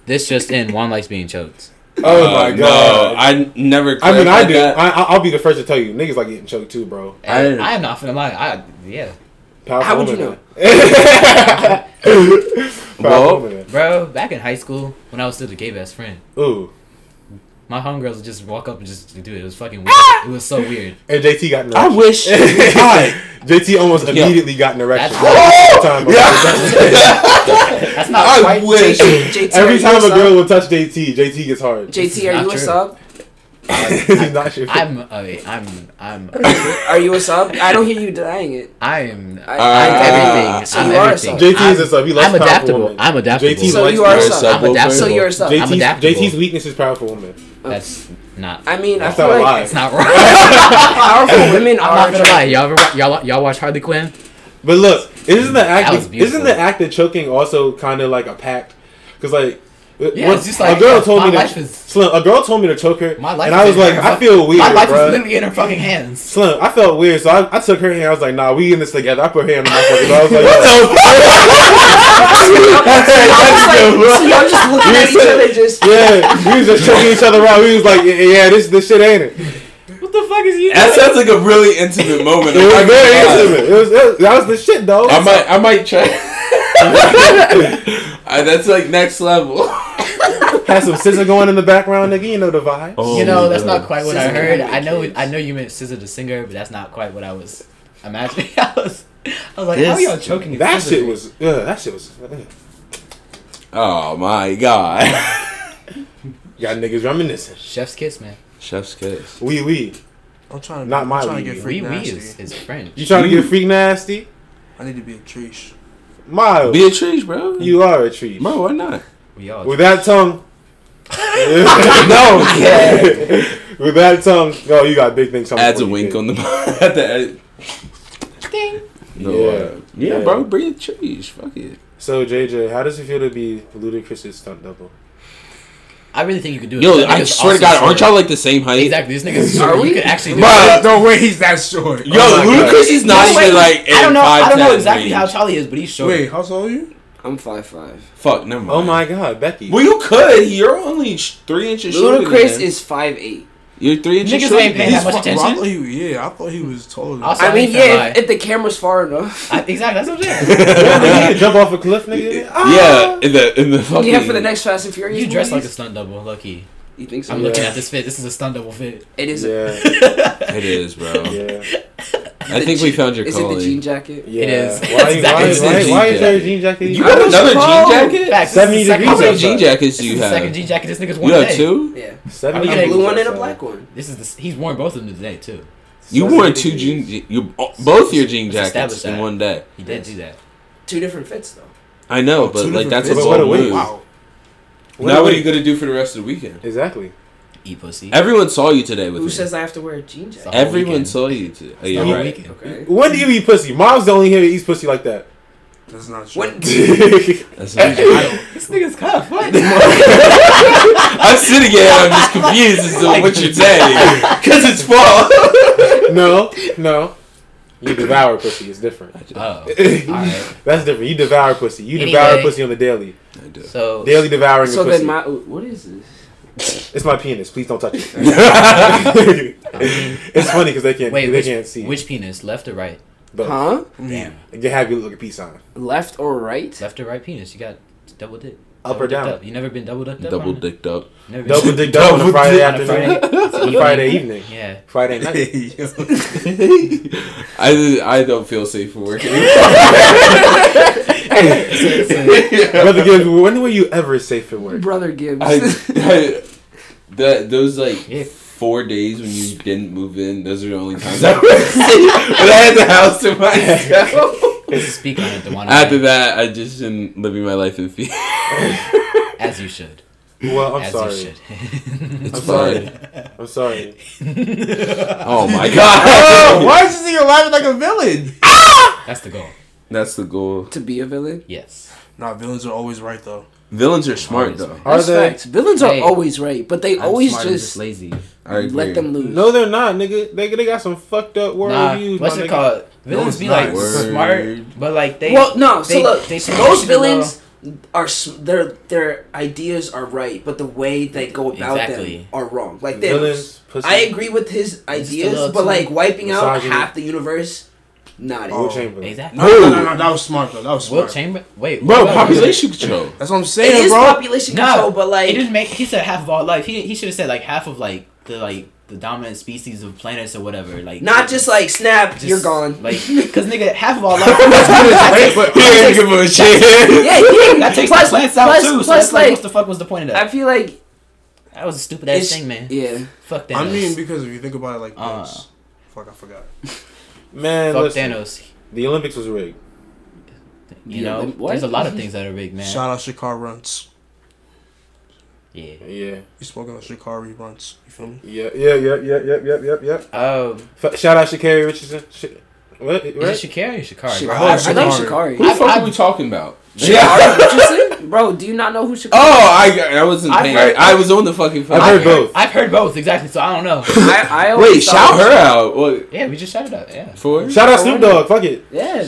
This just in. Juan likes being choked. Oh Uh, my No, god. I n- never. I mean, I clarified do. that. I, I- I'll be the first to tell you, niggas like getting choked too, bro. I didn't- I am not finna lie. I yeah, Powerful How would you woman. know? [laughs] Powerful Well- woman. bro. Back in high school, when I was still the gay best friend, Ooh, my homegirls would just walk up and just do it. It was fucking weird. It was so weird. and JT got an I erection. [laughs] wish. [laughs] God. JT almost Yeah. immediately got an erection. That's- Every time, a- That's not. I wish. JT, every time a girl Up? will touch JT, JT gets hard. JT, are Not you a true. sub? [laughs] He's not sure. I'm. Uh, I'm. I'm. Are you a sub? I don't hear you denying it. I am. I, I'm Ah. Uh, everything. so I'm you are a everything. sub. JT is I'm- a sub. He likes I'm powerful adaptable. women. I'm adaptable. JT So likes you are a powerful sub. women. I'm adaptable. so you're a sub. JT's, I'm adaptable. JT's weakness is powerful women. That's not. I mean, I That's feel not a like lie. That's not [laughs] right. [laughs] [laughs] powerful women I'm are. not gonna lie. Y'all ever wa- y'all y'all watch Harley Quinn? But look, isn't the act was beautiful. isn't the act of choking also kind of like a pact? Because like, Yeah, once- it's just like, a girl uh, told my me to life is- Slim, a girl told me to choke her, My life and I is was in like, her I fuck- feel weird, My life bruh. is literally in her fucking hands. Slim, I felt weird, so I, I took her hand. I was like, Nah, we in this together. I put her hand on my fucking. I was like, [laughs] [laughs] What [laughs] So y'all just looking at each other, just yeah, we was just choking each other out. We was like, yeah, yeah, this this shit ain't it. That sounds like a really intimate moment. It was I'm very not gonna lie. intimate. It was, it was- that was the shit though. I might, I might try. [laughs] Uh, that's like next level. [laughs] Had some scissor going in the background, nigga. You know the vibe. You know, that's not quite what I Scissor heard. behind I know, the kids. I know you meant Scissor the singer, but that's not quite what I was imagining. [laughs] I was, I was like, how are This- y'all choking? if That Scissor shit do- was. Yeah, that shit was. ugh. Oh my god. [laughs] Y'all niggas reminiscing. Chef's kiss, man. Chef's kiss. Wee wee. I'm trying to. Not my I'm trying weed. to get free Wee wee nasty. is, is French. You trying to get freak nasty? I need to be a treesh. Miles, Be a tree, bro. you are a treat. bro, why not? We all. With that tongue. No. With that tongue. Oh, you got big things coming. Adds for a you, wink kid. on the [laughs] at the end. No, Yeah. uh, yeah, Yeah. bro, be a tree. Fuck it. So, JJ, how does it feel to be Ludacris' stunt double? I really think you could do it. Yo, That I nigga's swear to also God, aren't short. y'all like the same height? Exactly, this nigga's short. we? You could actually do Bruh, it. Uh, no way, he's that short. Yo, Oh my God. Lucas is not No, wait, even like. I don't know. I don't know 5'10" exactly range. how Charlie is, but he's short. Wait, how tall are you? I'm five five. Fuck, never mind. Oh my God, Becky. [laughs] Well, you could. You're only sh- three inches shorter. than Ludacris him. is five eight. You're three inches Niggas shorter. ain't than paying him. that much Fuck, bro, I attention. thought he, yeah, I thought he was taller. Than Also, me. I mean, ain't gonna yeah, if, lie. if the camera's far enough. [laughs] I- exactly, that's what I'm saying. Yeah, [laughs] nigga, you jump off a cliff, nigga. Ah. Yeah, in the in the fucking. Yeah, for the next Fast and Furious. You dress like a movies? stunt double, lucky. You think so? I'm Yeah. looking at this fit. This is a stunt double fit. It is. A, Yeah, It is, [laughs] bro. yeah, I think we found your is it calling. the jean jacket? yeah. It is. Why, It's why, the why, jean why is there a jacket. jean jacket? You got another jean jacket? Facts, this is Seventy the second degrees How many one. outside. jean jackets This do is you the second have? jean jacket. This nigga's You one have day. two. Yeah. Seven I A mean, degrees blue one and a outside. black one. This is the, he's worn both of them today too. You Seven wore two degrees. jean. You uh, both your jean Let's jackets establish in that. one day. He did do that. Two different fits though. I know, Two but like different that's a fits. But what bold a weight. move. Wow. What now what a are weight. you gonna do for the rest of the weekend? Exactly. Eat pussy. Everyone saw you today with Who me. says I have to wear a jean jacket? Whole Everyone weekend. saw you today. Oh, The yeah, whole right. weekend. Okay. When do you eat pussy? Mom's the only here that eats pussy like that. [laughs] That's not true. When? That's not This nigga's cuff. [laughs] What? I'm sitting here. I'm just confused as to what you're saying because it's fall. no, no. You devour pussy. It's different. [laughs] oh, all That's right. [laughs] different. You devour pussy. You devour Anyway. pussy on the daily. I do. So Daily devouring So your pussy. then my what is this? it's my penis. Please don't touch it. [laughs] it's funny because they can't. wait, they which, can't see. which penis? Left or right? but Huh? Yeah. you have your little peace sign. Left or right? Left or right penis? You got double dick. Up double or dicked down? Up. You never been double dicked up? Double Armin? dicked up. [laughs] Never been [laughs] Double dick double on a Double Friday dick. afternoon. [laughs] Friday. Friday evening. [laughs] [laughs] Yeah. Friday night. I I don't feel safe for work [laughs] anymore. Brother Gibbs, when were you ever safe at work? Brother Gibbs. [laughs] I, I, that those like Yeah. four days when you didn't move in, those are the only [laughs] times I was safe. When I had the house to [laughs] myself. Speak on it, the one After that, I just am living my life in fear. as you should. Well, I'm as sorry. you [laughs] should. [laughs] [laughs] It's sorry. fine. I'm sorry. Oh [laughs] my Oh, god! why is this nigga laughing like a villain? That's the goal. That's the goal. [laughs] to be a villain. Yes. Nah, villains are always right though. Villains are smart though. Are That's they? facts. Villains Hey. are always right, but they I'm always smart, I'm just lazy. I agree. [laughs] let them lose. No, they're not, nigga. They, they got some fucked up world Nah, views. what's my it nigga. called? Villains Those be like nice. smart, Word. but like they. well, no. they- so look, they should- they those should be villains are s- their their ideas are right, but the way they go about them Exactly. are wrong. Like Thanos. Villains, pussy. I agree with his little ideas, but too like wiping out misogyny. half the universe, not it. Will Oh. Chamberlain. Exactly. No, no, no, no, that was smart though. That was Will smart. Chamber. Wait. Bro, what- Population control. That's what I'm It saying, is bro. population No. control, but He like didn't make. He said half of all life. He he should have said like half of like the like the dominant species of planets or whatever. Like not just like snap, just, you're gone. [laughs] Like because nigga, half of all [laughs] life. that takes, He didn't give a shit. yeah, you didn't- that takes plus- the plants out plus- too. so plus, that's like, like, what the fuck was the point of I that? feel like that was a stupid ass it's- thing, man. yeah. Fuck Thanos. I mean, because if you think about it like Uh. this, fuck, I forgot. Man, fuck listen, Thanos. the Olympics was rigged. You Yeah, know, like, what? there's a lot of things that are big, man. Shout out Shakar Runts. yeah. Yeah, You spoken on Shikari Runts. You feel me? yeah, yeah, yeah, yeah, yeah, yeah, yeah, yeah. Um, F- shout out Shakari Richardson. Sh- what? is Right? it Shikari or Shikari? Shakari. bro? I, I think Shikari. Who the fuck are we talking about? Shikari Richardson? Bro, do you not know who Shikari Oh, I I wasn't I've paying. heard- I was on the fucking phone. I've heard both. I've heard both exactly, so I don't know. [laughs] I, I always Wait, thought- shout her out. What yeah, we just shouted out. Yeah, for? Shout out Snoop Dogg. Fuck it. Yeah.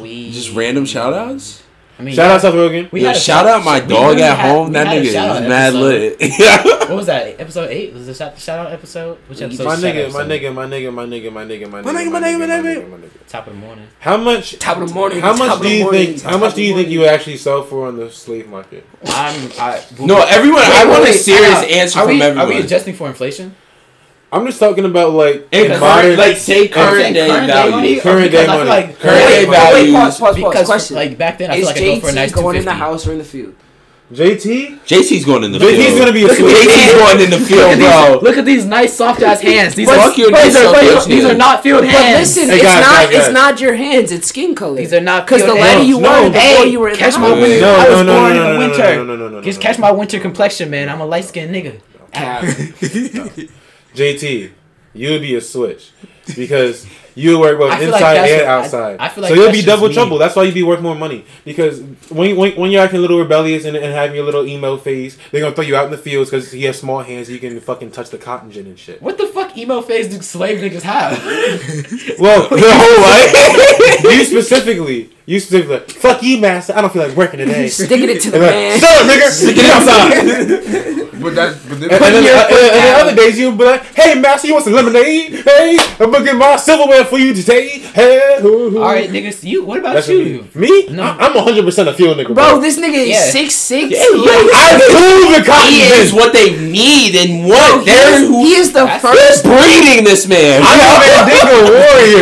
we Just random shout outs? I mean, Shout out Seth Rogen. We Yo, had a- shout out my we dog literally at had- home. we That had a nigga is shout-out mad episode. lit. [laughs] What was that? Episode eight was the shout, shout out episode. Which episode? My was the shout-out nigga, my episode? nigga, my nigga, my nigga, my nigga, my nigga, My nigga, my nigga, my nigga. my nigga. Top of the morning. How much? Top of the morning. How top of much do the you morning, think? top How much of do the you think morning. you would actually sell for on the slave market? I'm. I, no, everyone. I Wait, want wait, a serious time out. answer Are from we, everyone. Are we adjusting for inflation? I'm just talking about like In Because modern, current, like say current Current day day money? value. Because current I day feel money. like- current day Wait, wait, value. Wait, pause, pause, pause. because Question. like back then, I feel is like I go for a nice JT going in the 250. house or in the field? JT, JT's going in the field. JT's gonna be a slave. JT's going in the field, bro. Look at these nice soft ass hands. These Fuck are, your these, nice are, soft these, ass are, these are hands. not field But hands. listen, Hey, it's guys, not guys, it's guys. not your hands, it's skin color. These are not Because the field lady hands. you No, wanted before hey, you were in catch the my house. wind. No, I no, no, was born no, no, in the no, no, winter. no, no, no, no, Just no, catch no. my winter complexion, man. I'm a light skinned nigga. JT, you would be a switch because you would work both I feel like inside that's and what- I- outside. I feel like so you'll that's be just double me. trouble. That's why you'd be worth more money because when when, when you're acting a little rebellious and, and having your little emo phase, they're gonna throw you out in the fields because you have small hands. You can fucking touch the cotton gin and shit. [laughs] What the fuck emo phase do slave [laughs] niggas have? [laughs] Well, The whole life. you specifically, you specifically, like, fuck you, master. I don't feel like working today. Sticking it to the And like, man. Shut up, nigga. Get [laughs] outside. But that, but And, and, then, then, uh, and, and then other days you be like, "Hey, master, you want some lemonade? Hey, I'm gonna get my silverware for you today. Hey, hoo, hoo." All right, niggas, you. What about That's what you? me. Me? No. I, I'm 100 percent a field nigga, Bro, this nigga is Yeah. six six. I prove the cotton He gin. is what they need and want. he, They're is, who he is the That's- first. breeding this man. I'm a Mandingo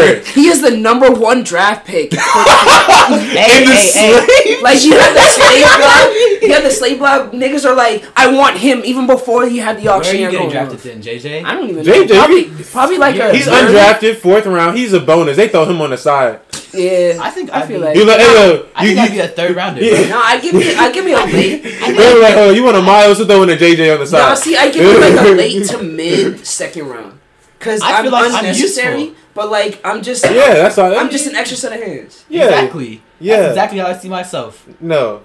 warrior. He is the number one draft pick. Hey, the hey, hey. like you have the [laughs] slave block. You have the slave block. Niggas are like, I want him even before he had the Where are auction. you I getting don't drafted know. then, JJ? I don't even know. JJ, probably, probably like a. He's third- undrafted, fourth round. He's a bonus. They throw him on the side. Yeah, I think I I'd feel be- like. You like, hey, yo, I you, you, think I'd be a third [laughs] rounder. Yeah. No, I give me, I give me a [laughs] late. They were like, oh, you want a Miles to throw in a JJ on the side. No, see, I give you like a late to [laughs] mid second round because I I'm feel like I'm unnecessary, useful. but like I'm just, yeah, that's all. I'm just an extra set of hands. Yeah, Exactly. Yeah. That's exactly how I see myself. No.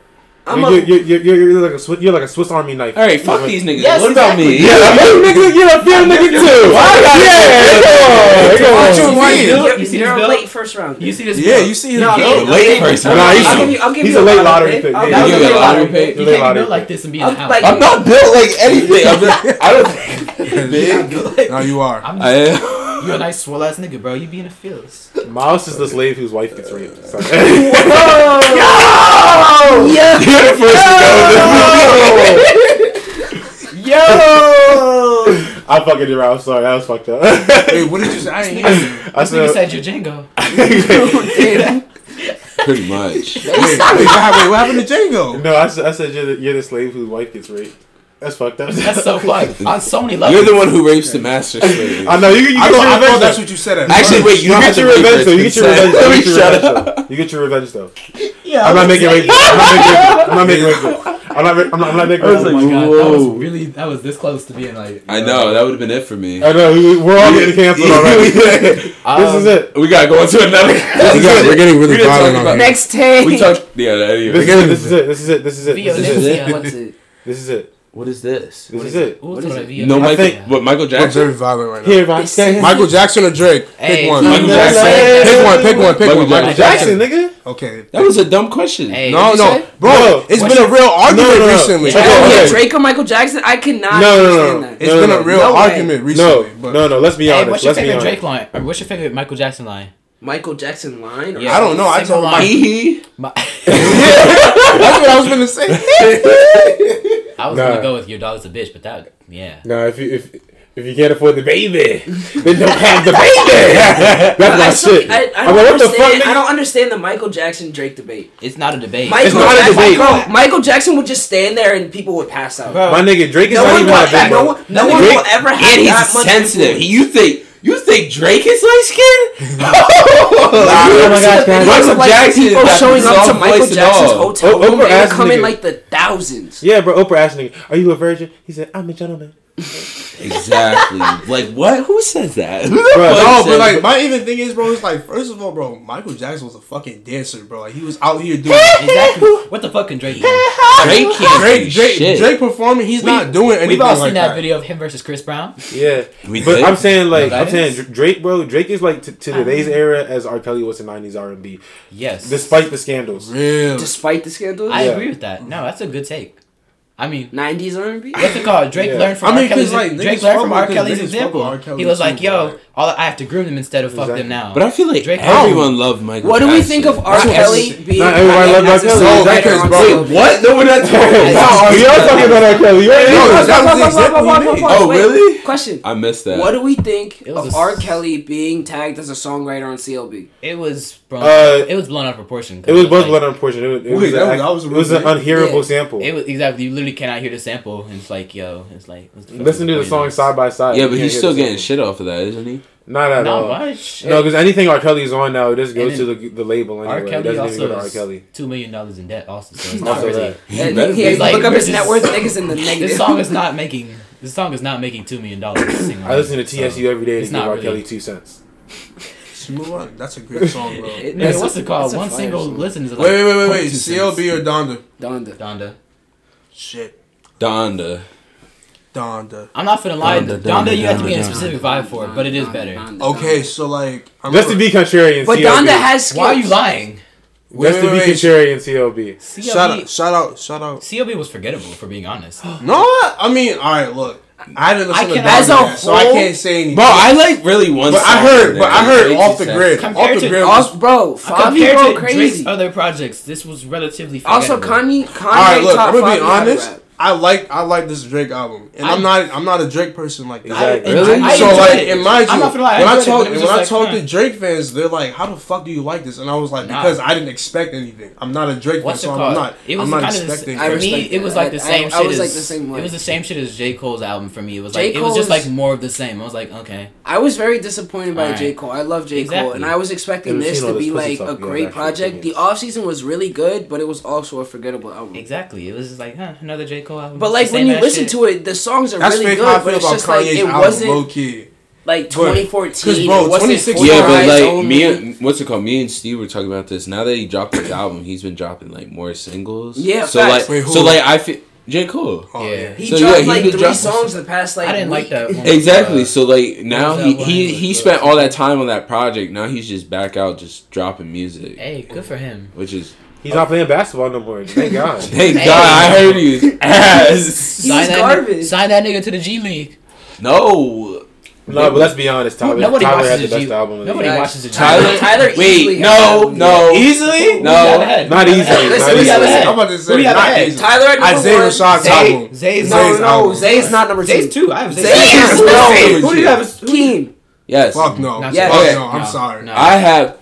I'm you're, a, you're, you're, you're, you're like a Swiss, you're like a Swiss Army knife. All right, fuck these niggas. Yes, what about me? exactly. Yeah, [laughs] you nigga, you're a field nigga too. Yeah, Oh, come on, come on. You you're, see this you're a bill? late first round. You see this? yeah, you see him. No, Yo, no, late first Nah, round. he's- I'll give you, I'll give he's you a late lot of lottery it. pick. I'll Yeah, give you you get a a lot lottery of it. You Late can't lottery build like pick. this and be in the I'm house. [laughs] like- I'm not built like anything. I'm not, [laughs] I don't. Big. [laughs] Now you are. [laughs] I'm I just, am. you're a nice swole ass nigga, bro. You be in the fields. Miles is the slave whose wife gets raped. So- [laughs] Yeah. You're the first to I fucking did. I'm sorry. That was fucked up. Wait, what did you say? I ain't hear you. I [laughs] This nigga said, said you're Django. go. Pretty much. Wait, wait, what happened, wait, what happened to Django? [laughs] no. I said, I said you're the, you're the slave whose wife gets raped. That's fucked up. That's so fucked. On so many [laughs] levels. You're the one who rapes the master slave. [laughs] I know you. you get your revenge I thought, I thought that's though. what you said. At Actually, first. wait. You, You don't get have your to revenge though. You get your Let revenge. me You get your shut revenge up. though. You get your revenge though. Yeah, I'm not was making like- rape. I'm not making rape. I'm not making rape. I'm not. I'm not making I was Oh rape. my god, that Whoa. was really that was this close to being like. uh, I know that would have been it for me. I know we- we're all getting canceled [laughs] already. [laughs] this is it. We gotta go into another. We got- we're getting We really didn't talk violent on about- here. Next take. We talked. Yeah. Anyway. This is it. This is it. This is it. This is it. This is it. What's it? This is it. What is this? This is it. Ooh, What it's is what I it? be- No, I Michael. think- What Michael It's Jackson? very violent right now. Here, I stand. Michael Jackson or Drake? Pick Hey, one. Michael Jackson. Pick one. Pick one. Pick Michael one. Michael Jackson, Jackson. nigga. Okay. That was a dumb question. Hey, No, what'd you no, say? bro. No. It's What's been a real No, argument no, no. recently. Check It's it out. Yeah, Okay. Drake or Michael Jackson? I No, no, cannot no, no. understand that. No, been no, a real no way. argument recently. No, but no, no. Let's be Hey, honest. what's your let's be favorite honest. Drake line? Or what's your favorite Michael Jackson line? Michael Jackson line? Yeah. I don't know. I Single told my. Hee My- That's what [laughs] I was gonna say. I was Nah. gonna go with your dog's a bitch, but that yeah. No, if you if if you can't afford the [laughs] baby, then don't have the baby. [laughs] That's I, my still- shit. I, I, I'm don't like, what the fuck, understand, nigga? I don't understand the Michael Jackson Drake debate. It's not a debate. Michael, not a Jackson, debate. Michael, Michael Jackson would just stand there and people would pass out. My nigga, Drake is No not one, even will, that big, no bro. one, no one Drake- will ever have And that he's much sensitive. influence. He- You think you think Drake is light skinned? Oh my gosh, [laughs] guys. Michael Like, Jackson people is not showing up to soft Michael voice at Jackson's all. hotel O- room, Oprah they would asked come in nigga. like the thousands. Yeah, bro. Oprah asked nigga, "Are you a virgin?" He said, "I'm a gentleman." Exactly. Like what? Who says that? Bro, No, but like my even thing is, bro. It's like first of all, bro, Michael Jackson was a fucking dancer, bro. Like he was out here [laughs] doing. Exactly. What the fuck can Drake do? Drake can't do Drake, Drake, shit. Drake performing, he's not doing anything We've all seen like that, that. video of him versus Chris Brown. Yeah, We but did? I'm saying like No, I'm that saying is- Dr- Drake, bro. Drake is like to, to today's era as R. Kelly was to '90s R&B, Yes. despite the scandals. [laughs] Real. Despite the scandals, I Yeah. agree with that. No, that's a good take. I mean, 90s R&B. what's it called? Drake Yeah. learned from I mean, R. Kelly's, 'cause, like, Drake learned niggas fuck from with- R. 'cause Kelly's niggas fuck with example. R. Kelly he was too, like, "Yo, right? all I have to groom them instead of fuck them now." But I feel like Drake- everyone loved Michael. What do we Jackson. think of R. That's what Kelly I'm saying. being Not everybody like, loved R. as a Kelly. songwriter That kid's on broke. Soul? What? No, we're not talking. [laughs] No, we are talking about R. Kelly. You ain't No, know. that was the example he made. Oh, Wait, really? Question. I missed that. What do we think It was of a R. s- Kelly being tagged as a songwriter on CLB? it was blown. Uh, it was blown out of proportion. 'cause It was like- both blood unfortunate. It was, it Wait, was, that a- was- that was a it was real an thing? unhearable Yeah. sample. It was exactly. You literally cannot hear the sample. And it's like, yo, it's like. what's the fuck Listen to the point song of this? side by side. Yeah, but You he's can't hear still the getting sample. shit off of that, isn't he? Not at Not all. much. No, because anything R. Kelly's on now, it just goes And to the, the label anyway. R. it Kelly doesn't even go also to R. is Kelly. two million dollars in debt. Also, so it's not Also really. that. And better he be. has Like, look up this his is- net worth. Niggas in the negative. [laughs] This song is not making. This song is not making two million dollars. I listen to TSU every day to it's give not R. really- Kelly two cents. Move on. That's a great [laughs] song, bro. wait, It- Nigga, that's what's a- it called? that's a One fire single song. listen is like. wait, wait, wait, wait. 0.2 cents. CLB or Donda? Donda. Donda. Shit, Donda. Donda. I'm not finna lie. Donda, Donda, Donda, you have to be in a Donda, specific vibe for it, but it is better. Okay, so like, I'm Just to be contrarian, But CLB. Donda has skills. Why are you lying? wait, Just to wait, be wait. contrarian, CLB. CLB, Shout out, shout out, shout out. CLB was forgettable, for being [gasps] honest. No, I I mean, all right. Look, I didn't listen I to can- Donda, as a yet, so I whole- can't say anything. Bro, I like really one. but I song heard, from but I that. heard Great off the success. grid. Compared Off the to grid. was- Also, bro, Favi Compared go to crazy. Drake's other projects, this was relatively forgettable. Also, Kanye, Kanye All right, look, top I'm gonna five be in battle honest. rap. I like I like this Drake album, and I, am not I'm not a Drake person like that. Exactly. I- Really? I so enjoyed like, it. in my I'm not gonna lie, when I enjoyed it, but talk it when was I just talk like, to huh. Drake fans, they're like, "How the fuck do you like this?" And I was like, Nah. "Because I didn't expect anything. I'm not a Drake fan, What's it so called? I'm not. it was I'm not kind of expecting." I for anything. me. respect It was that. like the I- same I shit. was as, like the same way. It was the same shit as J Cole's album for me. It was J. like it was just Cole's- like more of the same. I was like, okay, I was very disappointed by Alright. J. Cole. I love J. Cole, Exactly. and I was expecting Haven't this seen to all be this pussy like talk a yet, great actually, project. opinions. The offseason was really good, but it was also a forgettable album. exactly. It was just like, huh, another J Cole album. But like when you listen to it, the songs are That's really how I good, but feel it's about just like Kanye's it album, low wasn't key. like Bro, 2014. bro, it wasn't 26 Yeah, Four but Eyes like Only. me and what's it called? Me and Steve were talking about this. Now that he dropped his album, he's been dropping like more singles. Yeah, So facts. like, Wait, who? so like I feel J Cole. Oh, Yeah. yeah. he so, dropped yeah, he like did three drop- songs the past like I didn't like week. that. One. Exactly. Uh, so like now that he line he with he the- spent all that time on that project. Now he's just back out, just dropping music, hey, good for him. which is He's not playing basketball no more. Thank God. hey God, I heard [laughs] you. Ass. He's that garbage. Nigga, sign that nigga to the G League. No, No, but let's be honest, Tyler. Nobody Tyler watches had the the best G. album. of the Nobody year. Facts. watches the G. Tyler. Tyler easily wait, had no, that. no, easily. no. Not easily. Listen, Not we gotta easily. listen. I'm about to Who say do you have not ahead? easy. Tyler number Isaiah one. Rashad's Zay- album. Zay's- No, Zay's no, album. Zay's not number two. Zay's two. I have Zay. Zay's Zay's no. favorite. Who do you have as- Keem. Yes, Fuck no. Not Yeah. Fuck Okay. no. I'm No, sorry. no. I have.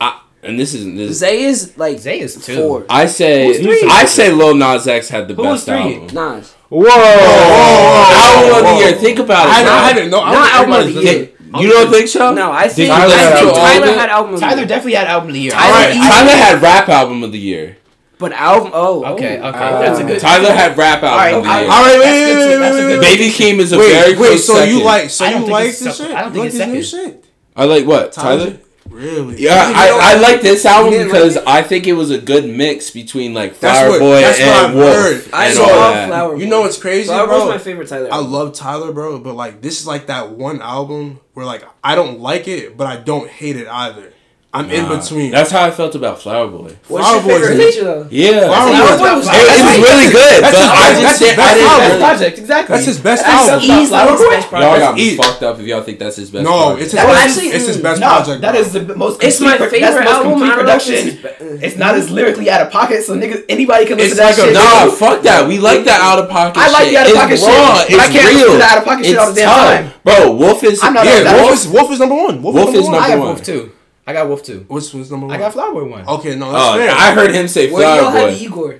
I, and this isn't this. Zay is like Zay is two. four. I say Who's three? I say Lil Nas X had the was best three? album. Nas. Whoa. Whoa. Album of whoa. the year. Think about it. I, bro. I didn't know. I Not was album of thinking the about year. You don't think so? No, I think Tyler I had think album. Tyler Tyler- had album. of the Tyler year. definitely had album of the year. Tyler- All right, I- Tyler had rap album of the year. but album. Oh, Okay, okay, oh. that's a good. Um, Tyler had rap album of the I- year. All right, wait, That's wait, good wait, too. wait, That's a wait, good- wait. Baby Keem is a Wait, very wait. close So second. you like? So I don't you think like it's this second. shit? I don't You think like it's this new shit? I like what Tyler. Tyler? Really? Yeah, I, I like this album You didn't because like I think it was a good mix between like That's Flower what- Boy that's what and I've Wolf. heard. and I all love that. Flower. You know what's crazy, Flower bro? Boy's my favorite Tyler. I album. love Tyler, bro, but like this is like that one album where like I don't like it, but I don't hate it either. I'm in Nah, between. That's how I felt about Flower Boy. What's Flower your favorite Boy's- feature though? Yeah, it, Flower Boy- Flower Boy was it was really good, but that's his- I that's just his did, best I didn't. album. Best project, exactly. That's his best That's album. easily his best Y'all project. got me Eat. fucked up if y'all think that's his best. No, project. it's his That was best, actually- it's his best no, project. that bro. is the most. It's my complete- that's the favorite most album. complete I don't know if it's production. It's not as lyrically out of pocket, so niggas anybody can listen to It's like a- that Nah, shit. fuck that. We like that out of pocket. I like the shit. out-of-pocket it's shit, raw. but It's I can't real. listen to the out-of-pocket shit It's all the damn tough. time. Bro, Wolf is. I'm not yeah, like that. yeah, Wolf Wolf, is Wolf is number one. Wolf, Wolf is is number I number have one. Wolf too. I got Wolf too. one. Which was number one? I got Flower one. okay, no, that's Oh, fair. I heard him say Where y'all Flower had Boy. Igor?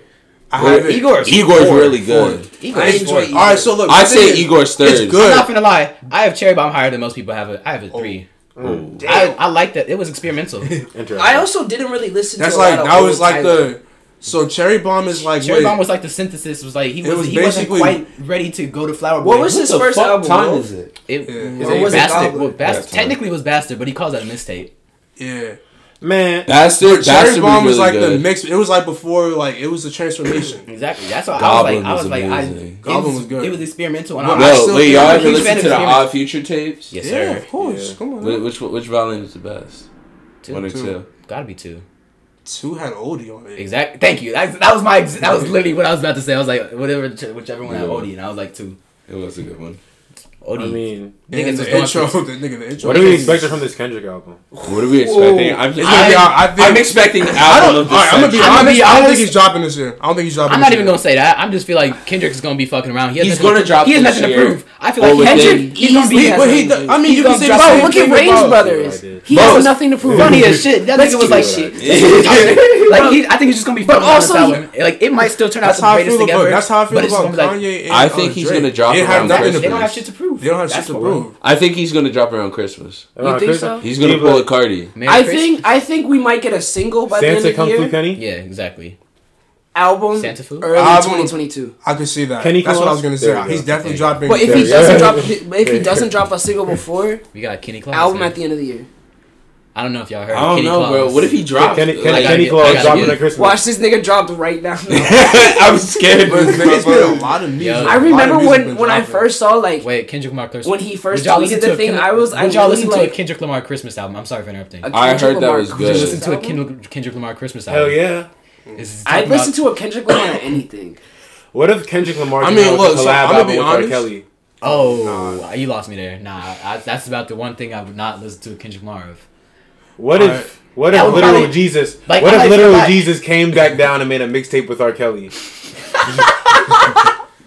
I have it. Igor's. Igor's four. really good. Igor's I enjoy four. Igor. All right, so look, I the thing say is, Igor's third. It's I'm good. not gonna lie. I have Cherry Bomb higher than most people have it. I have a three. Ooh. I, I like that. It was experimental. Interesting. I also didn't really listen. That's to a lot like of that old was like Tyler. the so cherry bomb is like Cherry wait, Bomb was like the synthesis. Was like he It was, was he wasn't basically- quite ready to go to Flower Boy. What was his the first fuck album? time bro? is it? It, Yeah. was Or a was it bastard. Goblin? well, bastard Yeah, technically was bastard, but he calls that a mixtape. yeah. man. Bastard, Cherry Bastard bomb was was really like the good. mix. It was like before like it was the transformation. Exactly. That's what Goblin I was was like. I was amazing. like, I. Goblin it was good. It was experimental, and Well, I'm I Bro, still wait, think y'all I'm a ever huge listen fan to of the Experiment. Odd Future tapes? Yes, yeah, sir. of course. Yeah. Come on. Wh- Which which volume is the best? Two. One or Two. two? Gotta be two. Two had Odie on it. Exactly. Thank you. That, that was my. Ex- that was literally what I was about to say. I was like, whatever, whichever one had Yeah. Odie, and I was like two. It was a good one. Odie. I mean, And Niggas was the going intro, through- the nigga, the intro. what do we expect from this Kendrick album? What are we expecting? I'm, just, It's gonna I'm- be out- I think- I'm expecting the I album don't. of All right, I'm gonna be the honest. gonna be I don't think honest. he's dropping this year. I don't think he's dropping. I'm this not even year. gonna say that. I'm just feel like Kendrick's gonna be fucking around. He has He's nothing gonna drop He has this nothing year. to prove. I feel Or like within- Kendrick. He's gonna be. Easily- But he, I mean, you can say the Bro, same look thing at Range about- Brothers. He Bro, has nothing to prove. [laughs] Funny as shit. That Let's nigga was keep like it shit. set. Like he, I think he's just gonna be. But also also, like it might still turn out That's to how the I greatest feel thing about. ever. That's how I but feel it's about gonna be like, Kanye. And I think he's Drake. gonna drop They have around nothing to They don't Christmas. prove. have shit to prove. They don't have shit That's to what we're- prove. I think he's gonna drop around Christmas. Around think Christmas? so? He's gonna Give pull a it- Cardi. Merry I Christmas. think I think we might get a single by the Santa end of Kung the Fu year. Kenny. Yeah, exactly. Album Santa Fu? early Album. 2022. I could see that. Kenny That's what I was Claus? gonna There you say. go. He's There you definitely go. dropping. But if he Yeah. doesn't drop if he doesn't drop a single before We got Kenny Clark. album at the end of the year. I don't know if y'all heard. I don't Kenny know, bro. Clark. What if he dropped? Kenny, Kenny, I gotta Kenny get- I Claus gotta dropping get- at Christmas. Watch this nigga drop right now. [laughs] I'm scared. But niggas been a lot of music. Yo. a I lot of remember music when been when I dropping. first saw like Wait, Kendrick Lamar Christmas. when he Would first y'all tweeted listen to the a thing, Kendrick- I was I Would y'all really listen to a like. Kendrick Lamar Christmas album? I'm sorry for interrupting. a Did I heard Kendrick that Lamar was Christmas good. you listen to a album. Kendrick, Kendrick Lamar Christmas album? Hell yeah! I listened to a Kendrick Lamar anything. What if Kendrick Lamar? I came mean, out with look, a collab so I'm gonna album be with R. honest. Kelly. Oh, you lost me there. Nah, I, that's about the one thing I would not listen to a Kendrick Lamar of. What All if? right. What That if would literal probably- Jesus? like, what I if like literal that. Jesus came back down and made a mixtape with R. Kelly?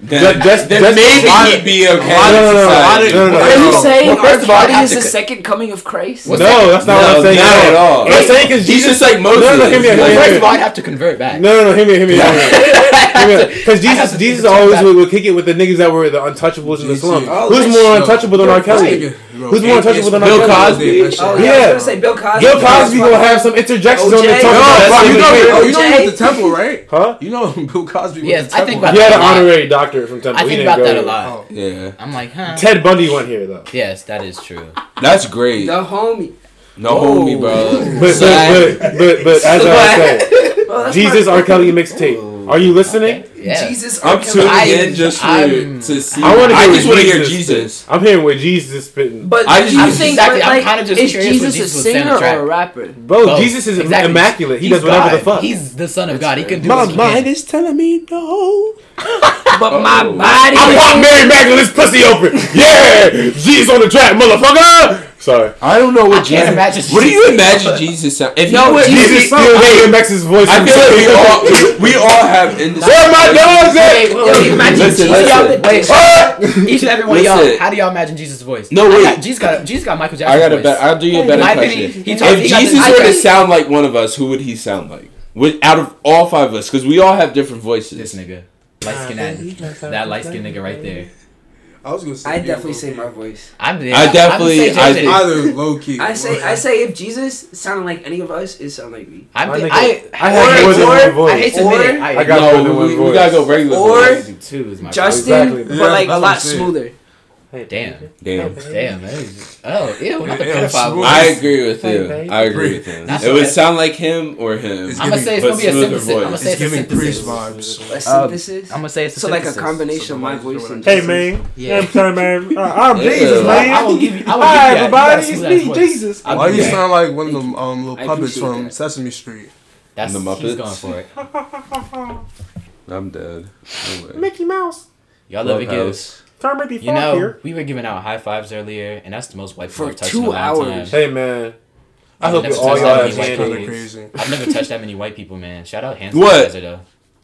Just, just, Then just maybe he'd be okay. No, no, no, no, Society. no, no, no. Are you saying Well, first of all, R. Kelly I is the think- second coming of Christ? No, What's that? that's not what No, I'm saying. not at all. I'm saying because He's Jesus. just like No, Moses. no, no, hear me out, Well, hear me first out. of all, I'd have to convert back. No, no, no, hear me, hear me, hear me. Because I have Jesus, to Jesus protect always that. would, would kick it with the niggas that were the untouchables in the Jesus. slums. Oh, Who's that's more true. untouchable than R. Kelly? Nigga, bro, Who's more and- untouchable and than Bill R. Kelly? Cosby. That shit. Oh, Yeah. I was gonna say Bill Cosby. Bill Cosby gonna have some interjections on the OJ. top No, of bro, that. You know, shit. oh, you know he Jay. went to Temple, right? Huh? You know Bill Cosby went Yes, to I Temple. think He had an A lot. honorary doctor from Temple. I He think didn't about go that a there. Oh. lot. Yeah, I'm like, huh? Ted Bundy went here though. Yes, that is true. that's great. The homie. Oh, No homie, [laughs] bro. But but but but, but as I said, Well, that's Jesus my- R. Kelly mixtape. Are you listening? Yeah. Jesus R. I'm tuning Kelly. I- in just for, I'm- to see. I want to. I just want to hear spit. Jesus. I'm hearing what Jesus is spitting. But I I just- am Jesus. saying, Exactly, but, I'm like, kinda just is curious what Jesus a Jesus was saying singer on the track. or a rapper? Bro, Both. Jesus is Exactly. immaculate. He He's does whatever the God. fuck. He's the son of God. He can do My what he mind can. is telling me no. But my Oh. body. I [laughs] pop Mary Magdalene's pussy open. Yeah, Jesus on the track, motherfucker. Sorry. I don't know what can't imagine What do you Jesus. imagine Jesus sound? If No, he was it- Jesus Jesus- still Megan Max's voice. I feel [laughs] like we all we all have in this. [laughs] Where my dogs Wait, at? wait, wait, imagine Listen, Jesus listen. y'all did- wait, Ah! each and every one of Listen. y'all. How do y'all imagine Jesus' voice? No, I wait. Got, Jesus got Jesus got Michael Jackson. I got a voice. better. I'll do you a better my question. opinion, he talked- if he got Jesus the- were to I- sound like one of us, who would he sound like? With out of all five of us, because we all have different voices. This nigga, light skin that, that light skin nigga right there. I was gonna say. I definitely say my voice. I'm I definitely- I'm I saying, think- Either low key. I say, I say, if Jesus sounded like any of us, it sounded like me. I'm My thi- nigga, I I have or- more than or- one I voice. hate to admit it. or- I, I got more no, than we, one we gotta voice. go regular. Or- voice. two is my Justin, Exactly. but Yeah, like a that's what lot I'm saying. smoother. Damn. Damn. Damn. That is just, oh, ew. Not the Yeah, pedophile. smooth. voice. I agree with you. baby. I agree with him. That's It would okay. sound like him or him. It's I'm gonna say it's But gonna be a smoother synthesis. I'm gonna voice. say it's It's a giving priest synthesis. vibes. A synthesis. I'm gonna say it's a so like a synthesis. combination of my voice and Hey man, Yeah. I'm sorry, man. [laughs] Uh, I'm Yeah. Jesus, man. I will give you. I will Hi, give you that. everybody. You It's got a smooth-ass me, voice. Jesus. I'll Why give you that. sound like one of them um, I little puppets appreciate from that. Sesame Street? That's The He's Muppets? going for it. I'm dead. No way. Mickey Mouse. Y'all love it, Clubhouse. gives. Kermit the You Frog know, here. we were giving out high fives earlier, and that's the most white people For I've touched two in a long hours. time. Hey man, I hope Never you all touched y'all that have many white Kind of handy. kids. crazy. [laughs] I've never touched that many white people, man. Shout out hand What? sanitizer though.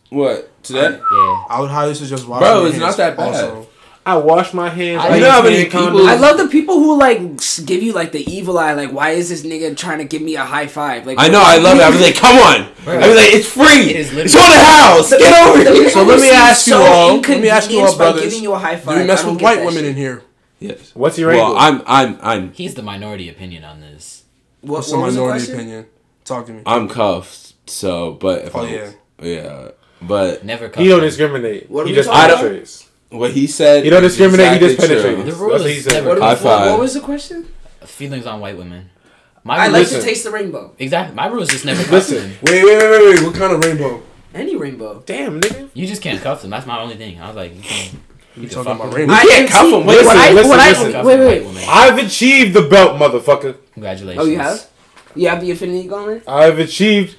What? Today? Yeah. I would highly suggest watching. Bro, your it's not hands that bad. Also, I wash my hands. I I know use how many hand people- condoms. I love the people who like s- give you like the evil eye. Like, why is this nigga trying to give me a high five? Like, I know, I love it. I was [laughs] like, come on. I was like, it's free. It is literally- it's on the house. Get over [laughs] The here. people So let who me seem ask you so e- all- let me ask you all, inconvenienced by brothers, Giving you a high five. do we mess I don't with get white that women shit. in here? Yes. What's your angle? Well, I'm, I'm, I'm, He's the minority opinion on this. What, What's the what was the minority question? opinion? Talk to me. I'm cuffed. So, but if Oh, I, yeah. yeah, but Never come. He don't discriminate. What are he we just talking about? penetrates. what he said, He don't is discriminate. He just exactly penetrates. true. The That's rule what is he said. never- What, High what- what five. was the question? feelings on white women. My I rule like is, to Listen. taste the rainbow. exactly. My rule is [laughs] just never cuff Listen. them. Wait, wait, wait, wait, wait. What kind of rainbow? Any rainbow. Damn nigga. You just can't cuff them. That's my only thing. I was like, you can't. You the talking fuck about with- rainbow? I can't can cuff see- 'em. when Listen, I- listen, when I- listen. cuff Wait, a white wait. woman. I've achieved the belt, motherfucker. Congratulations. Oh, you have? You have the affinity gauntlet? I've achieved.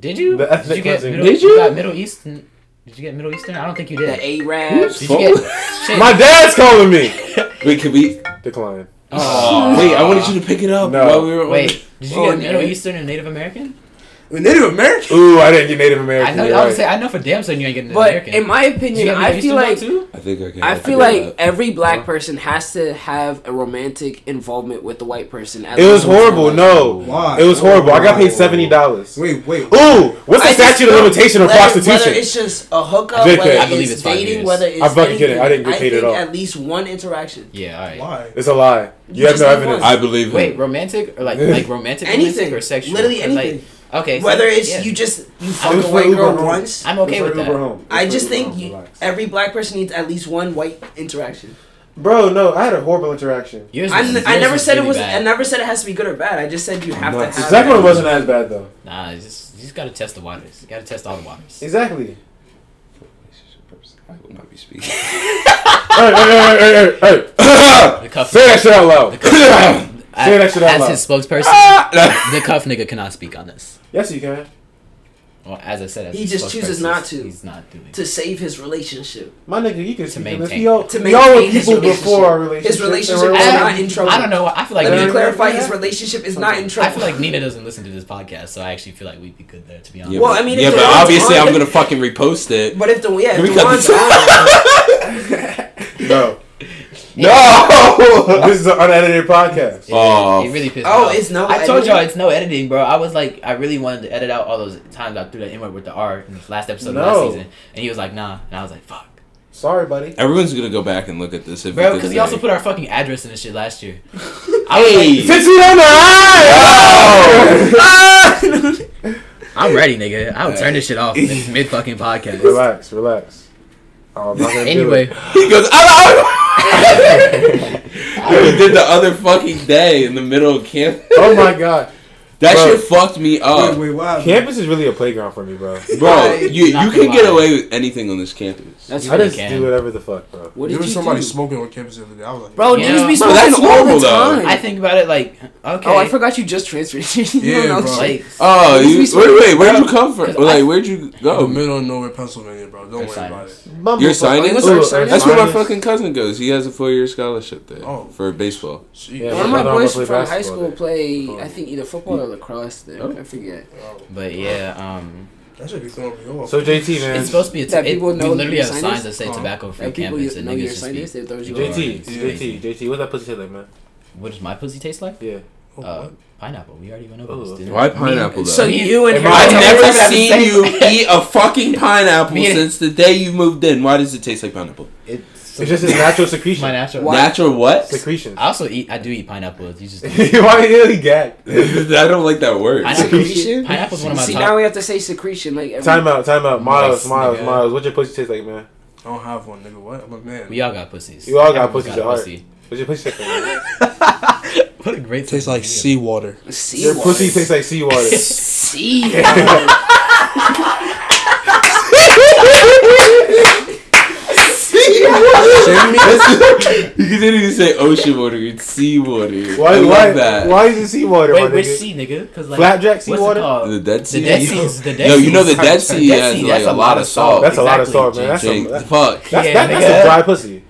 Did you? The did ethnic you get cleansing. middle, Did you? you? got Middle Eastern? Did you get Middle Eastern? I don't think you did. The Arabs? Did you [laughs] get? Shit. My dad's calling me. Wait, can we? Decline. Aw. Wait, I wanted you to pick it up No. while we were. on- Wait, did you Oh, get Middle dude. Eastern and Native American? Native American? Ooh, I didn't get Native I American. know. you're I was right. say I know for damn certain you ain't getting Native But American. in my Did you opinion, get Middle I feel Eastern like too. I think I can. I feel get like that. every black person has to have a romantic involvement with the white person. at It was least once in their horrible. life. No, Why? it was horrible. I got paid seventy dollars. Ooh, Wait, wait. what's the I just statute of don't- limitation of whether- prostitution? Whether it's just a hookup, JK. whether I believe it's, it's five dating, years. whether it's I'm fucking kidding. I didn't get anything, paid at think all. At least one interaction. Yeah. All right. Why? It's a lie. You, You have just no need evidence. one. I believe him. Wait, romantic or like like romantic, romantic Anything. or sexual? Literally 'Cause, like, anything. okay. so, Whether it's yeah. you just you It fuck was a for white Uber girl home. once. I'm It was okay for with Uber that. home. It was I for just Uber think home. you, Relax. every black person needs at least one white interaction. Bro, no, I had a horrible interaction. Yours I, was- n- I yours never was said it really was. bad. I never said it has to be good or bad. I just said you have to not- have. The second one that. wasn't as bad though. Nah, it's just you just gotta test the waters. You gotta test all the waters. Exactly. I will not be speaking. hey, hey, hey, hey, hey, hey. The cuff. Say [coughs] that shit out loud. say that shit out as loud. his spokesperson, Ah! the cuff nigga cannot speak on this. yes, you can. Well, as I said, as He his just chooses spokesperson, not to. He's not doing. it. to save his relationship. My nigga, you can speak on this. maintain- We all, to we all were maintain his people before our relationship. relationship. His relationship and was we're all- not in trouble. I don't know. I feel like Let Yeah. me Nina, clarify. His relationship is not in I trouble. feel like Nina doesn't listen to this podcast, so I actually feel like we'd be good there. To be honest, Yeah, Well, but- I mean, yeah, if the but ones obviously on I'm the- gonna fucking repost [laughs] it. But if the yeah, Can if we the cut ones this on, No. no! this is an unedited podcast. It- Oh. it really pissed. me oh, off. it's no. I told editing. y'all it's no editing, bro. I was like, I really wanted to edit out all those times I threw that N word with the R in the last episode of No. last season, and he was like, nah, and I was like, fuck, Sorry, buddy. Everyone's gonna go back and look at this. If bro, because he also put our fucking address in this shit last year. I was Fifteen like, on the eye. [laughs] I'm ready, nigga. I would turn this shit off mid fucking podcast. relax, relax. Oh, I'm not gonna do it. Anyway, He goes. "Ah, ah." We did the other fucking day in the middle of camp. oh my god, That Bro. shit fucked me up, Wait, wait, why? campus is really a playground for me, bro. bro. You you Not can gonna get lie. away with anything on this campus. That's I what just can. do whatever the fuck, bro. What There did was you somebody do? smoking on campus the other day. I was like, Bro, Yeah. niggas Bro, be smoking that's all normal, the though. time. I think about it like, okay. Oh, I forgot you just transferred. you Yeah, don't know bro. shit. Like, Oh, Excuse you, me, wait, sir. wait, where'd you come from? Because Or, I- Like, where'd you the go? middle of nowhere, Pennsylvania, bro. Don't worry about it. Your signing? was our Ooh, signing? That's where my signings. fucking cousin goes. He has a four-year scholarship there Oh. for baseball. She- Yeah. One of my brother boys also from played high basketball school there. play, I think, either football or lacrosse. There, I forget. but yeah, um, That should be throwing me off. So JT, man, it's supposed to be a. T- That it, people we know literally your have sinus? signs that say Uh-huh. tobacco free Like people campus, you and know niggas your just sinus, be. they throw you JT. off. JT, JT, JT, what that pussy taste like, man? What does my pussy taste like? Yeah. Oh, Uh, what? pineapple. We already went over this. Ooh. didn't we? Why pineapple? Though? So you and I've her. I've Every never time I have the seen same- you eat a fucking pineapple Me and- since the day you moved in. Why does it taste like pineapple? It's, It's just his natural secretion. [laughs] my Ah. natural. Why- Natural what? [laughs] Secretions. I also eat. I do eat pineapples. You [laughs] just. Why you really gag? I don't like that [laughs] word. I don't- secretion. Pineapple's one of my See, top- now we have to say secretion. Like every, Time out, time out. Miles, Nice, Miles, nigga. Miles. What's your pussy taste like, man? I don't have one, nigga. What? I'm a man. We all got pussies. You all got Everyone's pussies got a at heart. pussy. What's your pussy taste [laughs] like? What a great It tastes like social seawater. Sea Your water. pussy tastes like [laughs] seawater. Sea [laughs] You can literally say ocean water, it's sea water. I Why? love Why? that. Why is it seawater? media. my Wait, which nigga? sea, nigga? Because like Flapjack what's it seawater? called? The Dead Sea. Dead You- Sea's- the Dead Yo, you know Sea's- the Dead Sea Dead has Sea, like that's a lot of salt. That's a lot of Exactly, salt, man. That's, a, Jake, that's, fuck. that's, Yeah, that- that's a nigga. dry pussy.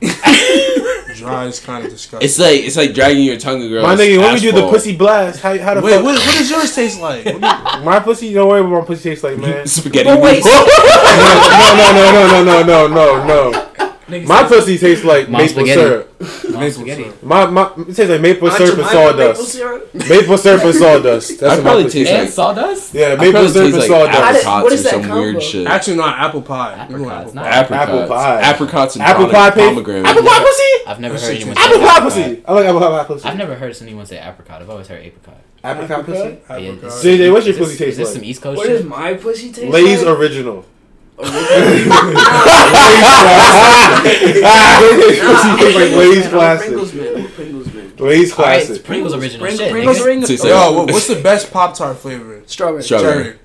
Dry is kind of disgusting. It's like it's like dragging your tongue across. My nigga, when we do the asphalt. pussy blast, how, how the Wait, fuck? what, what does yours taste like? What do you- My pussy, don't worry what my pussy tastes like, [laughs] man. spaghetti. But wait, noodles. [laughs] no, no, no, no, no, no, no, no, no. Nigga My says- pussy tastes like Mom's maple spaghetti. syrup. Mom's spaghetti. My, my, it tastes like maple Aren't syrup you and mine with maple sawdust. syrup? Maple syrup and sawdust. That's I what my probably pussy taste tastes And like- sawdust? Yeah, I maple probably taste syrup and like sawdust. How did- what apricots or is that some weird combo? shit. Actually, not apple pie. We want Apricots, apple not- pie. Apricots. Apple pie. Apricots and Apple pie, pig. pomegranate. Apple pie pussy. I've never That's heard anyone. interesting. say Apple pie apricot. pussy. I like apple pie pussy. I've never heard anyone say apricot. I've always heard apricot. Apricot pussy. But yeah, Apricot. this- See, JJ, what's your is this- pussy taste Is this like? some East Coast What does shit? my pussy taste Lay's [laughs] like? original. [laughs] Nah, Lay's Pringles, man. I'm classic. Pringles man. I'm Pringles man. Lay's Alright, it's classic. Pringles original Pringles, shit. Pringles, nigga. Pringles. Tastes like- Yo, what, what's the best Pop Tart flavor? Strawberry. Strawberry. Cherry.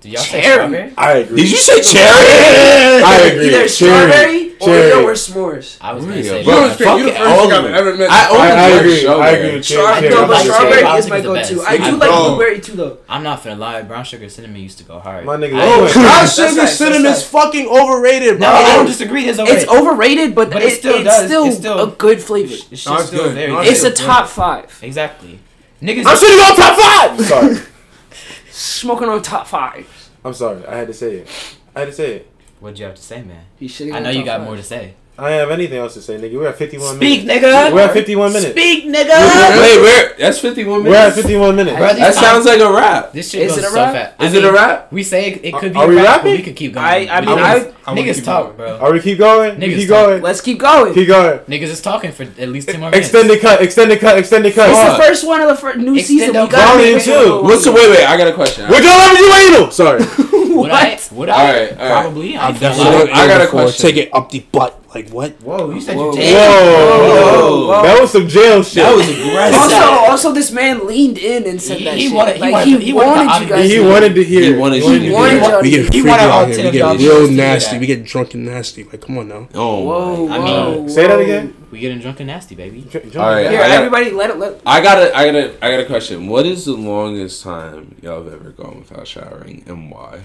Do y'all say Cherry. strawberry? I agree. Did you [laughs] say cherry? I agree. Either Cherry. strawberry or Cherry. Oreo or s'mores. I was There gonna you say. go. Bro, You're the that. first- fuck you're the it, first all nigga of I've it. ever met. I I, only I like agree. I strawberry. agree with Stra- Cherry. Cherry. no, but strawberry Strawberry's is my the go-to. best. I do I like know. blueberry too, though. I'm not finna lie. Brown sugar cinnamon used to go hard. My nigga, I- Lay's- That's Brown sugar facts, cinnamon that's is fucking overrated, [laughs] No, bro. I don't disagree. It's overrated. It's overrated, but, But it it, still it's, does- still it's still- a good flavor. It's just That's still good. very That's It's good. a top five. Exactly. Niggas. I'm sitting on top five. Sorry, [laughs] Smoking on top five. I'm sorry. I had to say it. I had to say it. What'd you have to say, man? He's shitting I on know you top got five. more to say. I didn't have anything else to say, nigga. We're at 51 Speak, minutes. nigga. We're at 51 minutes. Speak, Wait, nigga. where? That's 51 We're at minutes. 51 minutes. Bro, That sounds like a rap. This shit Is goes it a so rap? fast. Is I it a mean, rap? We say it, it could be Are a we rap, but rapping? we could keep going. I- I We mean, niggas, I- I wanna niggas keep talk, bro. Are we keep going? We Niggas keep talk. going. Let's keep going. Keep going. Niggas is talking for at least two more minutes. Extended cut. Extended cut. Extended cut. It's Fuck. the first one of the fir- new Extend season. up We got volume two. What's the wait? Wait, I got a question. We're done loving you, anal. Sorry. Would I? What? Would I? All right, all right. Probably. I ain't gonna definitely- I lie. got a question. Take it up the butt. Like what? Whoa, you said Whoa. Whoa. you did. Whoa. That was some jail shit. That was aggressive. Also, also, this man leaned in and said He- that he shit. wanted- he like, wanted- he wanted the you obvious- guys. he to- wanted to hear. He it. wanted to you hear to it. wanted y'all- We get He freaky wanted all out here. We ten get dollars real just to do nasty. that. We get drunk and nasty. Like, come on now. Oh, Whoa, my whoa, I mean, whoa. Say that again. We getting drunk and nasty, baby. All right. Here, I got- everybody, let it let. I got a, I got a, I got a question. What is the longest time y'all have ever gone without showering, and why?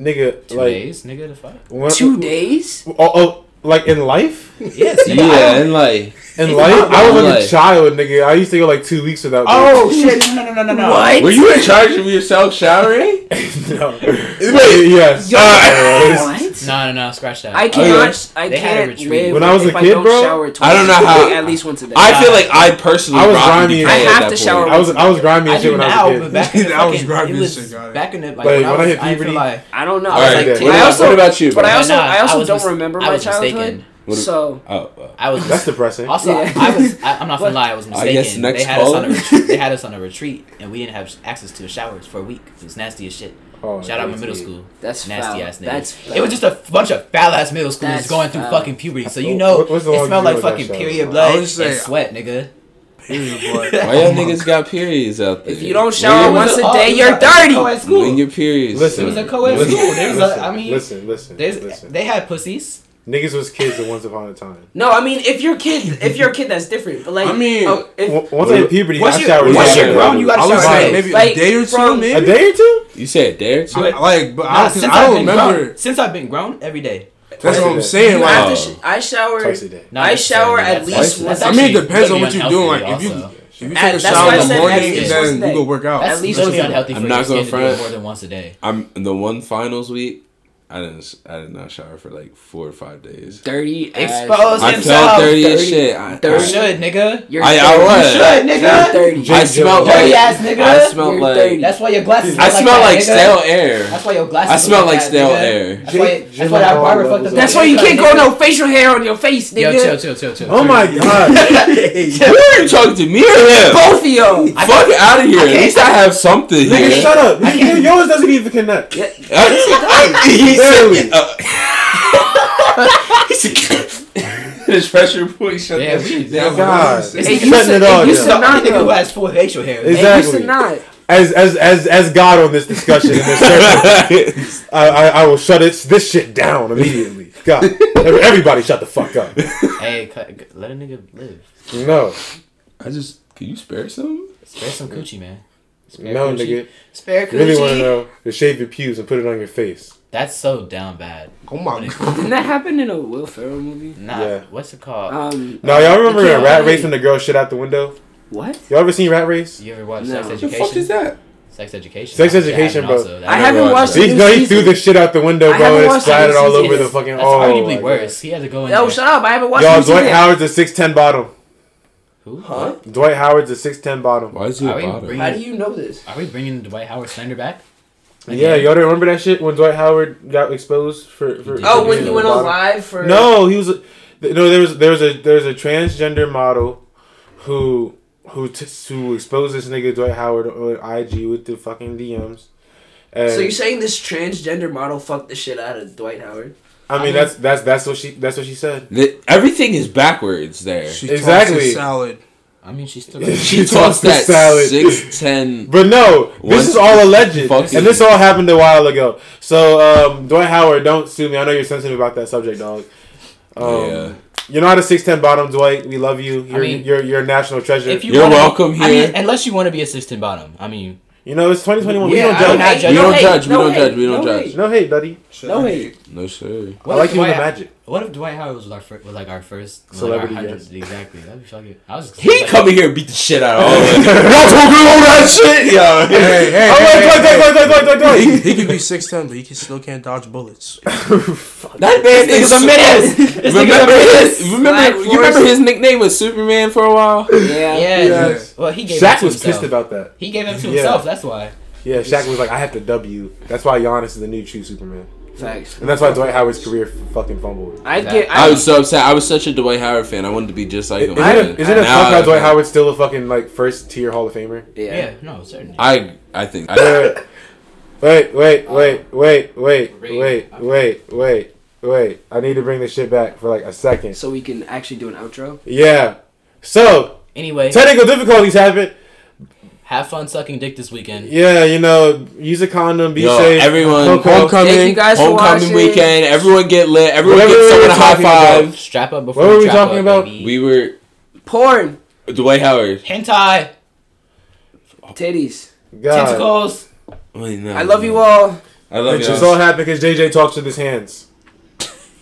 nigga, Two like days, nigga. The fuck? when- Two days. Oh, oh, like in life, Yes. Yeah, and like, in life, I was like a Like- child, nigga. I used to go like two weeks without. Oh, shit! Oh, No, no, no, no, What? were you in charge of yourself showering? [laughs] no. Wait, yes. Yo, Uh, what? No, no, no. Scratch that. I yes. cannot. I They had a can't retreat. live When I was if a I kid, don't bro, shower twice I don't know a day, how- at least once a day. I feel like I personally I was robbed grimy decay as at I that have to point. [laughs] shower I was I was grimy I as shit do when now, I was a but kid. back in the That was fucking, grimy it as was shit, got it. back in the like, Like, when, when I I was, hit I, feel puberty- like I don't know. All I was right, like, what, ten. I about- what also, about you? but I bro? also, Nah, I I also was don't mis- remember I my was childhood. mistaken. What- So oh, uh, I was [laughs] [laughs] That's depressing. Also, Yeah. I was. I, I'm [laughs] not gonna What? lie. I was I mistaken. guess next they had us on a caller. retreat. they had us on a retreat, and we didn't have access to showers for a week. It was nasty as shit. Oh, Shout out my middle dude. school. that's Nasty foul. ass niggas. That's foul. it was just a f- bunch of foul ass middle schoolers That's going through foul. fucking puberty. So you What- know, what's the it longest smelled you like were without fucking showers? period I blood was saying- and sweat, nigga. uh, Period, boy. why y'all niggas got periods out there? Oh If you don't When shower your- once a Oh, day, it was you're a- oh, dirty. co-ed school. when your periods, Listen, It was a listen, co-ed school. There was a- I listen, mean, listen, listen, There's, listen. they had pussies. Niggas was kids at once upon a time. No, I mean if you're a kid, if you're a kid, that's different. But like, I mean, oh, if, W- Once I hit puberty, Once I you- showered. once every you're day. grown, you I gotta was shower like days. maybe a Like, day or two, from- a maybe. day or two. You said there I, too. like, but Nah, I, 'cause since I I've don't been remember. grown, since I've been grown, every day. That's what I'm Twice a saying. you Like, have to sh- I shower. Twice a day. No, I that's- shower that's- at least that's once I a mean, day. it depends on really what you're doing. Like, unhealthy if you also. if you take That- a that's shower why I in the said at morning least once a and then day. you go work out. At It's least really once a day. unhealthy for I'm your not skin gonna to do it front. more than once a day. I'm the one finals week. I didn't. I did not shower for like four or five days. Dirty. ass. Exposed. I Himself, felt dirty as dirty, shit. I, You dirty. I, should, nigga. You're I, I dirty. was. should, You're nigga. dirty. I smelled Dirty like. ass nigga. I smelled You're like. dirty. That's why your glasses. I look smell that, like nigga. stale air. That's why your glasses. I smell look like that, stale nigga. air. That's why. Jake That's why that Gyllenhaal barber fucked was a- up. That's why you can't grow no facial hair on your face, Yo, chill, nigga. chill, chill, chill. Oh [laughs] my god. Who are you talking to? Me or him? Both of y'all. Fuck out of here. At least I have something Nigga, here. [laughs] shut up. [laughs] Yours doesn't even connect. Uh, he said, uh, His pressure point shut Yeah, that we- shit Yeah, down. God. it's- Hey, it's- you Cutting said, it all hey, you down. said not nigga who though. has full facial hair. man. Hey, you said Exactly. not. As as as as God on this discussion in this circle, I, I I will shut this this shit down immediately. God, Every- everybody shut the fuck up. Hey, cut, let a nigga live. No, I just can you spare some? Spare some coochie, man. Spare no, coochie. nigga. Spare coochie. You really want to know? To shave your pubes and put it on your face. That's so down bad. Oh my god. Didn't that happen in a Will Ferrell movie? Nah, Yeah. what's it called? Um, Now y'all remember Yeah, in Rat wait. Race when the girl shit out the window? what? Y'all ever seen Rat Race? you ever watch No. Sex The The Education? fuck is that? Sex Education. Sex I Education, haven't bro. also- I never haven't watched watched. it. the See, new no, he threw season. this shit out the window, I bro, haven't and it watched the splattered new all season. over the fucking. That's oh, arguably my worse. He had to go in. Oh, there. shut up! I haven't God. watched. Y'all, the new Dwight season. Howard's a six ten bottom. Who? Huh? Dwight Howard's a six ten bottom. Why is he Are a we bottom? bringing- How do you know this? Are we bringing Dwight Howard Slender back? Yeah, y'all don't remember that shit when Dwight Howard got exposed for. for Oh, for when being you a went on bottom? live for No, he was. a- th- No, there was there was a there was a transgender model, who who t- who exposed this nigga Dwight Howard on IG with the fucking DMs. And, So you're saying this transgender model fucked the shit out of Dwight Howard? I mean, that's that's that's what she that's what she said. The- everything is backwards there. She, She tossed Exactly. a salad. I mean, she's [laughs] still. tossed the that salad. six ten. But no, What? this is all alleged, Fuck and you. this all happened a while ago. So um, Dwight Howard, don't sue me. I know you're sensitive about that subject, dog. Um, yeah, You're not a six ten bottom, Dwight. We love you. You're mean- you're, you're a national treasure. If you You're wanna be- welcome I here. mean, unless you want to be a sixteen bottom. I mean, you know, it's 2021. Yeah, we I don't don't judge. have- we no don't hate, judge. We no don't hate, judge. We don't no judge. No hate, buddy. No hate. No sir. what I like if you in the Dwight- magic. What if Dwight Howard was our fir- was like our first like, Celebrity our guest. hundred- Exactly. That'd be fucking. I was. He coming here and beat the shit out of all of us. Y'all talking all that shit, [laughs] yo. Hey, hey, Oh, wait, wait, wait, wait, wait, wait, wait, He, [laughs] wait. he could be 6'10, but he can, still can't dodge bullets. Oh, That man is a [laughs] menace. Remember his, Black remember, you remember Forest. his nickname was Superman for a while. Yeah. Yeah. Yes. Well, he gave. it Shaq to was himself. pissed about that. He gave it to Yeah. himself. That's why. Yeah, Shaq was like, I have to W. That's why Giannis is the new true Superman. Facts. And that's why Dwight Howard's career f- fucking fumbled. I'd Nah. get. I I, was so upset. I was such a Dwight Howard fan. I wanted to be just like him. Isn't it, isn't it Now fucked how I- Dwight Howard's still a fucking like first tier Hall of Famer? yeah. Yeah. no, certainly. I I think I, Wait, wait, wait, wait, wait, wait, wait, wait, wait, wait. I need to bring this shit back for like a second. So we can actually do an outro. Yeah. So Anyway, technical difficulties happen. have fun sucking dick this weekend. Yeah, you know, use a condom, be Yo, safe. everyone- Coco. Homecoming. Thank you guys for watching. homecoming weekend. Everyone get lit. Everyone Wait, wait, get wait, someone a wait, high talking about- five. Strap up before What you were we trap talking up, about? baby. We were Porn, Dwight Howard. hentai titties. God. tentacles. Wait, Oh, no, I love you all. I love This you. [laughs] all happened because JJ talks with his hands.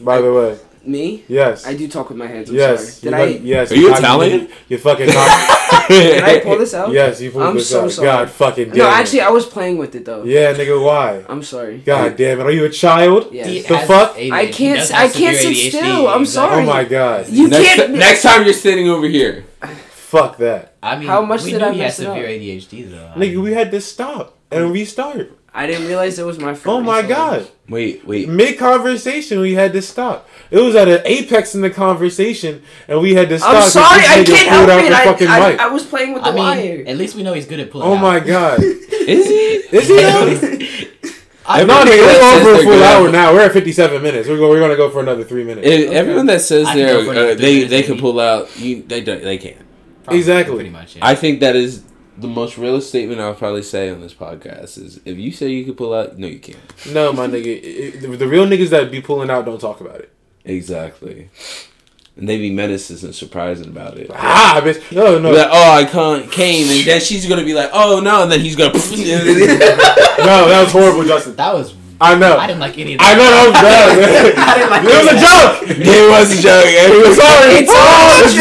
By the way, Me, yes, I do talk with my hands. I'm yes, sorry. Did You I? like- yes. Are you cock- Italian? You fucking. [laughs] cock- Did I [laughs] pull this out? yes, you. pulled I'm this so out. sorry. God fucking. No, damn it. actually, I was playing with it though. Yeah, nigga, why? I'm sorry. God damn it! Are you a child? Yes. He The has fuck? ADHD. I can't- He does I have can't severe sit ADHD. still. I'm He's like- Oh my god! You Next, can't. ti- next time you're sitting over here. Fuck that, I mean, How much we did knew I he had mess it up? severe ADHD though. I nigga. mean, We had to stop and restart. I didn't realize it was my Oh fault. my so- god! Wait, wait. Mid conversation, we had to stop. It was at an apex in the conversation, and we had to stop. I'm 'cause sorry. this I nigga can't pulled help out it. the I, fucking I, mic. I was playing with the I mean, wire. at least we know he's good at pulling. oh out. my [laughs] god! Is he? Is he? though? I If not, think that nigga, we're says over a they're full good. hour now. We're at 57 minutes. We're, go, we're going to go for another three minutes. If- Everyone that says I can they're go for another uh, three they minutes, they can maybe. pull out. You they don't they can. Probably, Exactly. Pretty much. Yeah. I think that is the most realist statement I'll probably say on this podcast is if you say you can pull out, no, you can't. no, my nigga. it- it- the real niggas that be pulling out don't talk about it. Exactly. And they be menaces and surprising about it. Ah, bitch. No, Be no. Like, oh, I can't, came, and then she's gonna be like, oh no, and then he's gonna. [laughs] No, that was horrible, Justin. that was. I know. I didn't like any of I that. know [laughs] that was bad. It was it was a a joke. joke. It was Sorry. It's all oh, it's a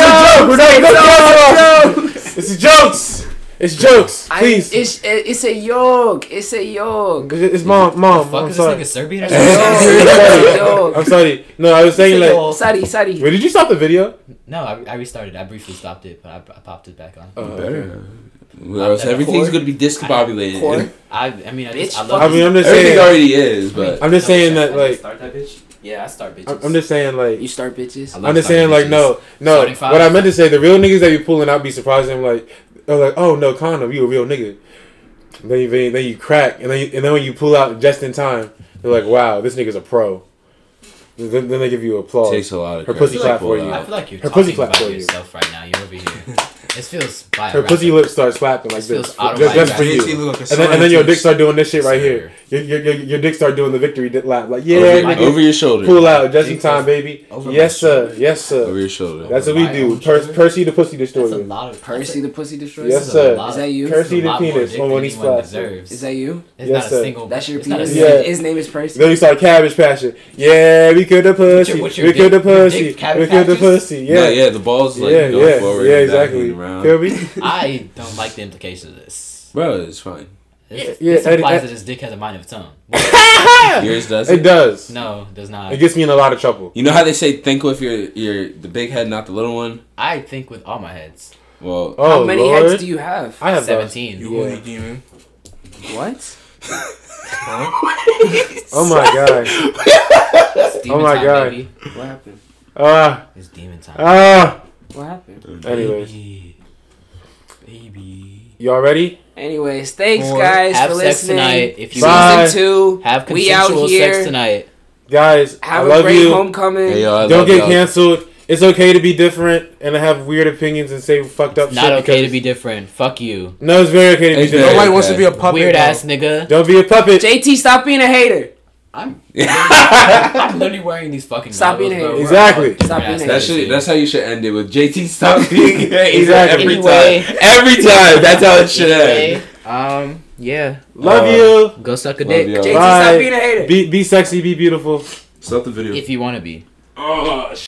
joke. We're not going It's to It's jokes. It's jokes. I- Please. it's, it's it's a yolk. It's a yolk. it's mom. Mom. Fuck I'm is [laughs] this sorry. nigga Serbian or Yo. something? [laughs] I'm sorry. Yo. I'm sorry. No, I was saying like. Yo. Sorry, sorry. Wait, did you stop the video? No, I, I restarted. I briefly stopped it, but I, I popped it back Oh. on. Better. Oh, Well, so everything's Whore. gonna be discombobulated. Whore. I, I mean, I, just, Bitch, I fuck love. Uh, I mean, I'm just Everything saying. already is, but I'm just saying I that can like. Start that bitch. Yeah, I start bitches. I'm I'm just saying like. You start bitches. I love I'm just saying, starting like, bitches. no, no. Starting five. What I meant to say, the real niggas that be pulling out be surprising. Like, they're like, oh no, condom, you a real nigga. Then you, then, then you crack, and then you, and then when you pull out just in time, they're like, wow, this nigga's a pro. Then, then they give you applause. takes a lot of Her credit pussy to clap pull for it you. I out. feel like you're Her pussy talking clap about for you. yourself right now. You're over here. It feels Her biographical. pussy lips start slapping like This feels this. Just, autobiographical. just for JT you. look like a And then, and then your dick scientist. start doing this shit right Sir. here. Your, your, your, your dick start doing the victory di- lap. Like, Over, yeah, your- nigga, over your shoulder. pull out just in Jesus. time, baby. Over my Yes, sir. Yes, Over sir. your shoulder. That's what we my do. own Per- shoulder. Percy the pussy That's a destroyer. lot of Percy the pussy destroyer. Yes, This is a sir. lot Is that of- you? this is a Percy the lot more penis dick on than one of these anyone flats. deserves. Is that you? It's Yes, not sir. a single. That's your Oh, it's not a penis. single- Yeah. His name is Percy. Then we start cabbage passion. Yeah, we killed the What's your- pussy. what's your We killed the dick- your pussy. dick cabbage We killed the patches? pussy. Yeah, Yeah, yeah. The ball's like yeah, going yeah, forward. yeah. and back Exactly. and around. Feel me? [laughs] I don't like the implications of this. Bro, it's fine. This, Yeah, this Eddie- implies Ed- that his dick has a mind of its own. Yours does. It It does. No, it does not. It gets me in a lot of trouble. You know how they say think with your your the big head, not the little one. I think with all my heads. Well, Oh How many Lord. heads do you have? I have seventeen. 17. You only demon. What? Huh? Oh my god. It's demon Oh my time, God. Baby. What happened? [laughs] Ah It's demon time. ah. What happened? Anyways, Baby. Baby. y'all ready? Anyways, thanks Or guys Have for sex listening. tonight if you Bye. Season two. Have We out consensual here. sex tonight. Guys, Have I a love great you. homecoming. hey, yo, I Don't love get y'all. canceled. It's okay to be different and to have weird opinions and say fucked up shit. Not okay to because- be different. Fuck you. No, it's very okay to be It's different. very- Nobody wants to be a puppet. Weird though. ass nigga. Don't be a puppet. JT, stop being a hater. [laughs] I'm, I'm literally wearing these fucking Stop goggles, being bro. a- We're Exactly. all Stop being different a- That ass should, niggas. that's how you should end it with JT. Stop being [laughs] exactly. Exactly. every Anyway. time. Every time. That's how it should Anyway, end. um, yeah. Love Uh, you. Go suck a Love dick. y'all. JT, Bye. stop being a hater. Be be sexy. Be beautiful. Stop the video. If you want to be. oh,